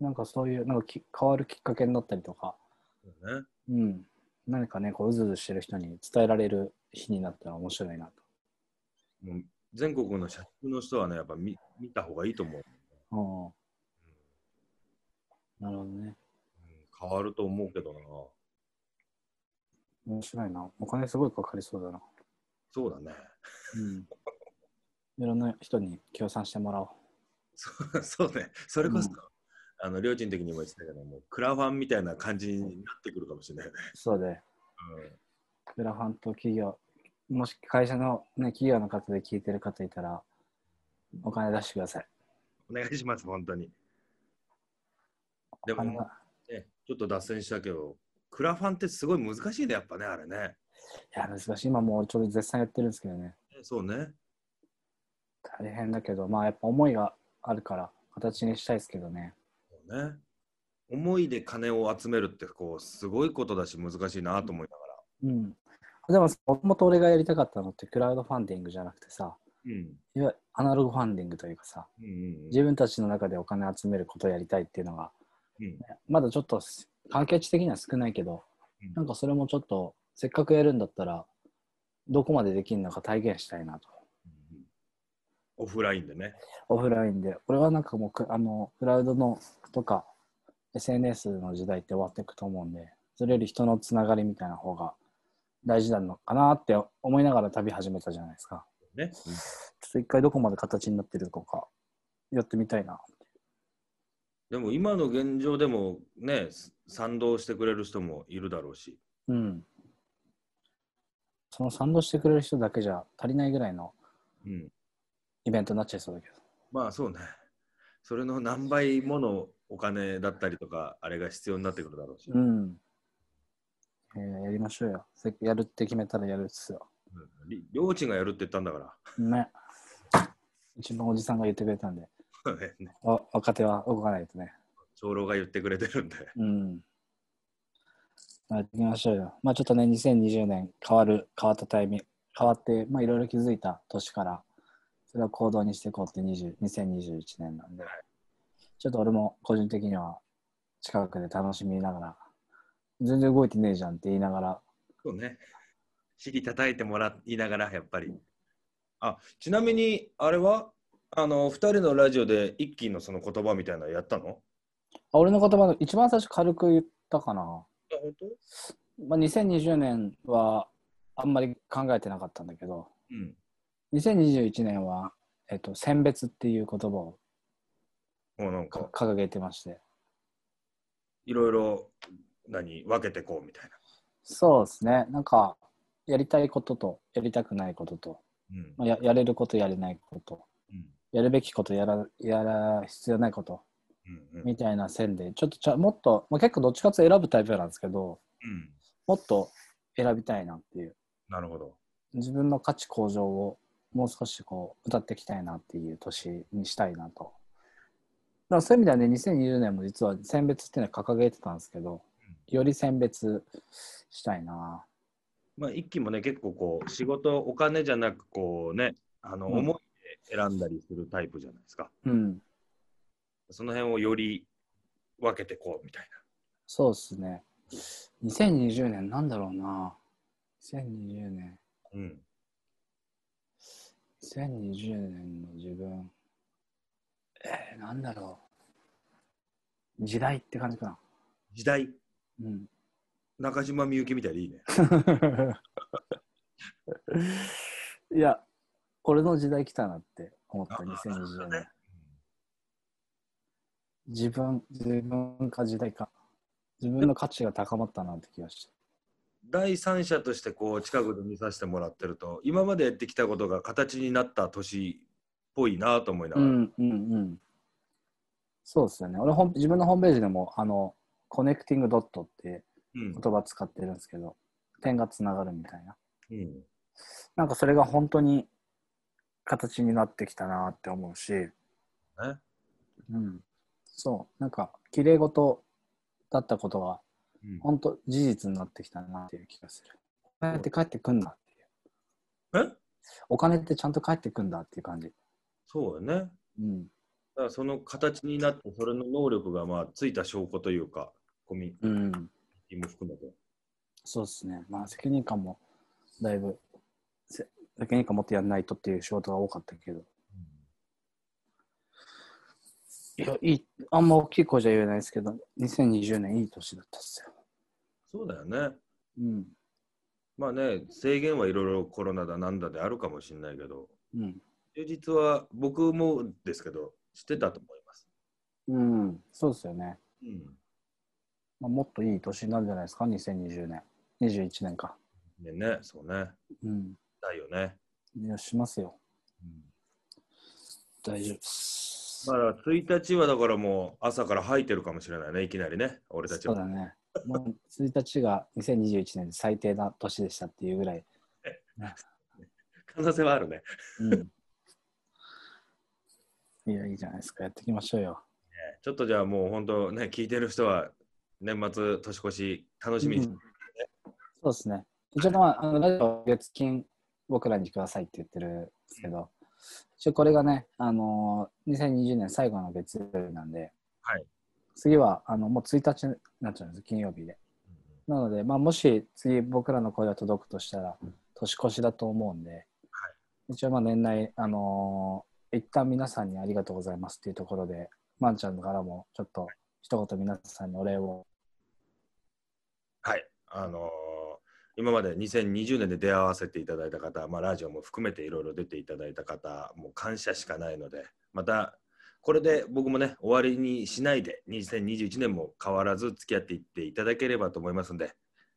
Speaker 2: なんかそういう、なんかき変わるきっかけになったりとか、
Speaker 3: そうだね。
Speaker 2: うん。何かね、こう、うずうずしてる人に伝えられる日になったら面白いなと。
Speaker 3: もう全国の社畜の人はね、やっぱ見見た方がいいと思う。
Speaker 2: うん。なるほどね。
Speaker 3: うん変わると思うけどな。
Speaker 2: 面白いな。お金すごいかかりそうだな。
Speaker 3: そうだね。
Speaker 2: うん。いろんな人に協賛してもらおう。
Speaker 3: そうそうね、それこそ、
Speaker 2: うん
Speaker 3: あの、りょうちんの時にも言ってたけど、もうクラファンみたいな感じになってくるかもしれないね。
Speaker 2: そうで、クラファンと企業、もし会社の、ね、企業の方で聞いてる方いたら、お金出してください。
Speaker 3: うん、お願いします、本当に。でも、
Speaker 2: お金
Speaker 3: ね、
Speaker 2: が
Speaker 3: ちょっと脱線したけど、クラファンってすごい難しいね、やっぱね、あれね。
Speaker 2: いや、難しい。今もうちょうど絶賛やってるんですけどね。
Speaker 3: そうね。
Speaker 2: 大変だけど、まあやっぱ思いがあるから、形にしたいですけどね。
Speaker 3: そうね思いで金を集めるって、こう、すごいことだし、難しいなと思いながら。
Speaker 2: うん。でも、もともと俺がやりたかったのって、クラウドファンディングじゃなくてさ、
Speaker 3: うん。
Speaker 2: いわゆるアナログファンディングというかさ、
Speaker 3: うんうん
Speaker 2: 自分たちの中でお金集めることをやりたいっていうのが、
Speaker 3: うん
Speaker 2: まだちょっとす関係値的には少ないけど、
Speaker 3: うん
Speaker 2: なんかそれもちょっとせっかくやるんだったらどこまでできるのか体現したいなと
Speaker 3: うんオフラインでね。
Speaker 2: オフラインで俺はなんかもうくあのクラウドのとか SNS の時代って終わっていくと思うんでそれより人のつながりみたいな方が大事なのかなって思いながら旅始めたじゃないですか
Speaker 3: ね。
Speaker 2: ちょっと一回どこまで形になってるのかやってみたいな
Speaker 3: でも今の現状でもね、す賛同してくれる人もいるだろうし。
Speaker 2: うん。その賛同してくれる人だけじゃ足りないぐらいの
Speaker 3: うん。
Speaker 2: イベントになっちゃいそうだけど。
Speaker 3: まあそうね。それの何倍ものお金だったりとか、あれが必要になってくるだろうし。
Speaker 2: うん。えーやりましょうよ。せやるって決めたらやるっすよ。
Speaker 3: りりょうちんがやるって言ったんだか
Speaker 2: ね。一番おじさんが言ってくれたんで、
Speaker 3: ら、ね
Speaker 2: わ若手は動かないとね。
Speaker 3: 長老が言ってくれてるんで。
Speaker 2: うん。まあやっていきましょうよ。まあちょっとね、2020年変わる、変わったタイミング、変わって、まあいろいろ気づいた年から、それを行動にしていこうって20 2021年なんで、ちょっと俺も個人的には近くで楽しみながら、全然動いてねえじゃんって言いながら、
Speaker 3: そうね。尻叩いてもらいながら、やっぱり。あ、ちなみに、あれはあの、2人のラジオで一気のその言葉みたいなのやったの
Speaker 2: あ俺の言葉の一番最初軽く言ったかな。
Speaker 3: あ、本当
Speaker 2: まあ、2020年はあんまり考えてなかったんだけど、
Speaker 3: うん。
Speaker 2: 2021年は、えっと、選別っていう言葉を
Speaker 3: もうなんか、
Speaker 2: 掲げてまして、
Speaker 3: いろいろ、何、分けてこうみたい
Speaker 2: そうですね、なんか、やりたいことと、やりたくないことと、
Speaker 3: な。
Speaker 2: まあ、ややれること、やれないこと、
Speaker 3: うん。
Speaker 2: やるべきこと、やら、やら、必要ないこと、
Speaker 3: うん。うん。
Speaker 2: みたいな線で、ちょっとちゃ、もっと、まあ、結構どっちかっていうと選ぶタイプなんですけど、
Speaker 3: うん。
Speaker 2: もっと選びたいなっていう、
Speaker 3: なるほど。
Speaker 2: 自分の価値向上をもう少しこう、歌っていきたいなっていう年にしたいなと。だからそういう意味ではね、2020年も実は選別っていうのは掲げてたんですけど、より選別したいな。
Speaker 3: まあ、一期もね、結構こう、仕事、お金じゃなく、こうね、あの、
Speaker 2: うん
Speaker 3: 思いで選んだりするタイプじゃないですか。
Speaker 2: うん、
Speaker 3: その辺をより分けてこうみたい
Speaker 2: そうですね。2020年なんだろうな。2020年。
Speaker 3: な。うん。
Speaker 2: 2020年の自分。えー、なんだろう。時代って感じかな。
Speaker 3: 時代、
Speaker 2: うん。
Speaker 3: 中島みゆきみたいでいいね。
Speaker 2: いや、これの時代来たなって思った、
Speaker 3: あ
Speaker 2: 2020
Speaker 3: なるほど
Speaker 2: 年
Speaker 3: ね。
Speaker 2: 自分、自分か時代か。自分の価値が高まったなって気がして。
Speaker 3: 第三者としてこう近くで見させてもらってると今までやってきたことが形になった年っぽいなと思いな
Speaker 2: う
Speaker 3: がら、
Speaker 2: んうんうん。そうですよね。俺本、自分のホームページでも、あの、コネクティングドットって
Speaker 3: うん
Speaker 2: 言葉使ってるんですけど、点がつながるみたいな。
Speaker 3: うん
Speaker 2: なんかそれが本当に形になってきたなって思うし、
Speaker 3: ね
Speaker 2: うん。そう、なんか、綺麗事だったことが、
Speaker 3: うん
Speaker 2: 本当事実になってきたなっていう気がする。お金って帰ってくんだっていう。
Speaker 3: え
Speaker 2: お金ってちゃんと帰ってくんだっていう感じ。
Speaker 3: そうよねだか
Speaker 2: うん。
Speaker 3: らその形になってそれの能力がまあついた証拠というかコミュニ
Speaker 2: うん。
Speaker 3: ティも含めて
Speaker 2: そうですね。まあ責任感もだいぶ、せ責任感持ってやんないとっていう仕事が多かったけど。いや、いい、あんま大きい声じゃ言えないですけど、2020年いい年だったっすよ。
Speaker 3: そうだよね
Speaker 2: うん。
Speaker 3: まあね制限はいろいろコロナだなんだであるかもしれないけど
Speaker 2: うん。
Speaker 3: 充実は僕もですけどしてたと思います、
Speaker 2: うん。そうですよね。
Speaker 3: うん、
Speaker 2: まあ、もっといい年になるんじゃないですか、2020年。21年か。
Speaker 3: ねねそうね
Speaker 2: うん。
Speaker 3: だよね、
Speaker 2: いや、しますよ。
Speaker 3: うん
Speaker 2: 大丈夫です。
Speaker 3: まあ、1日はだからもう朝から吐いてるかもしれないね、いきなりね、俺たち
Speaker 2: そうだ
Speaker 3: は。
Speaker 2: ね。もう1日が2021年で最低な年でしたっていうぐらい。
Speaker 3: 可能性はあるね。
Speaker 2: うん。いや、いいじゃないですか。やっていきましょうよ。
Speaker 3: ちょっとじゃあもう本当ね、聞いてる人は年末、年越し、楽しみにして、
Speaker 2: うんそうですね。一応、まあ、あのラジオ月金僕らにくださいって言ってるんですけど、一応これがね、あのー2020年最後の月曜日なんで、
Speaker 3: はい
Speaker 2: 次はあのもう1日になっちゃうんです、金曜日で。なので、まあ、もし次僕らの声が届くとしたら、年越しだと思うんで、一応まあ年内、あのー一旦皆さんにありがとうございますっていうところで、まんちゃんからもちょっと一言皆さんにお礼を。
Speaker 3: はい、あのー今まで2020年で出会わせていただいた方、まあ、ラジオも含めていろいろ出ていただいた方、もう感謝しかないので、またこれで僕もね、終わりにしないで、2021年も変わらず付き合っていっていただければと思いますんで、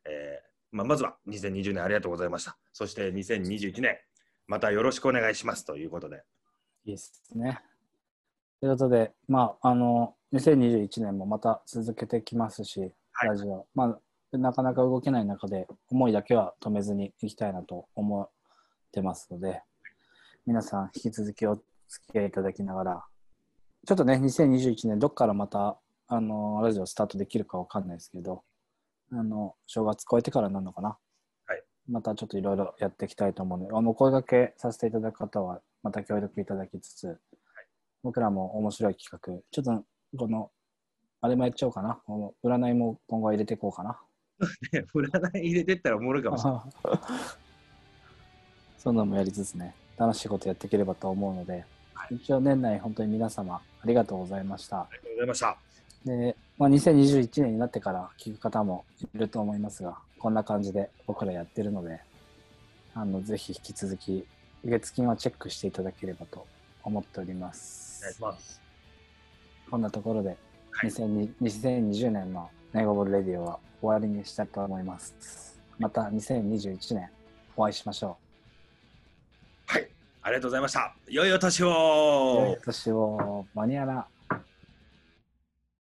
Speaker 3: えーまあ、まずは2020年ありがとうございました。そして2021年、またよろしくお願いしますということで、
Speaker 2: いいですね。ということで、まあ、あの、2021年もまた続けてきますし、
Speaker 3: はい
Speaker 2: ラジオ、まあ、なかなか動けない中で、思いだけは止めずにいきたいなと思ってますので、皆さん引き続きお付き合いいただきながら、ちょっとね、2021年、どっからまた、あの、ラジオスタートできるかわかんないですけど、あの、正月超えてからなのかな。
Speaker 3: はい
Speaker 2: またちょっといろいろやっていきたいと思うので、あの、お声掛けさせていただく方は、また協力いただきつつ、僕らも面白い企画、ちょっとこの、あれもやっちゃおうかな、この占いも今後は入れていこうかな。
Speaker 3: 占い入れてったらおもろいかもしれない。
Speaker 2: そんなのもやりつつね、楽しいことやっていければと思うので、一応年内本当に皆様ありがとうございました。
Speaker 3: ありがとうございました。
Speaker 2: で、まあ、2021年になってから聞く方もいると思いますが、こんな感じで僕らやってるので、あの、ぜひ引き続き、月金はチェックしていただければと思っておりま
Speaker 3: お願い
Speaker 2: す
Speaker 3: し。ます。
Speaker 2: こんなところで、
Speaker 3: はい
Speaker 2: 2020 2020年のネゴボールレディオは終わりにしたいと思います。また2021年お会いしましょ
Speaker 3: はい、ありがとうございました。良いお年
Speaker 2: う。
Speaker 3: を
Speaker 2: 良いお年をマニュアラ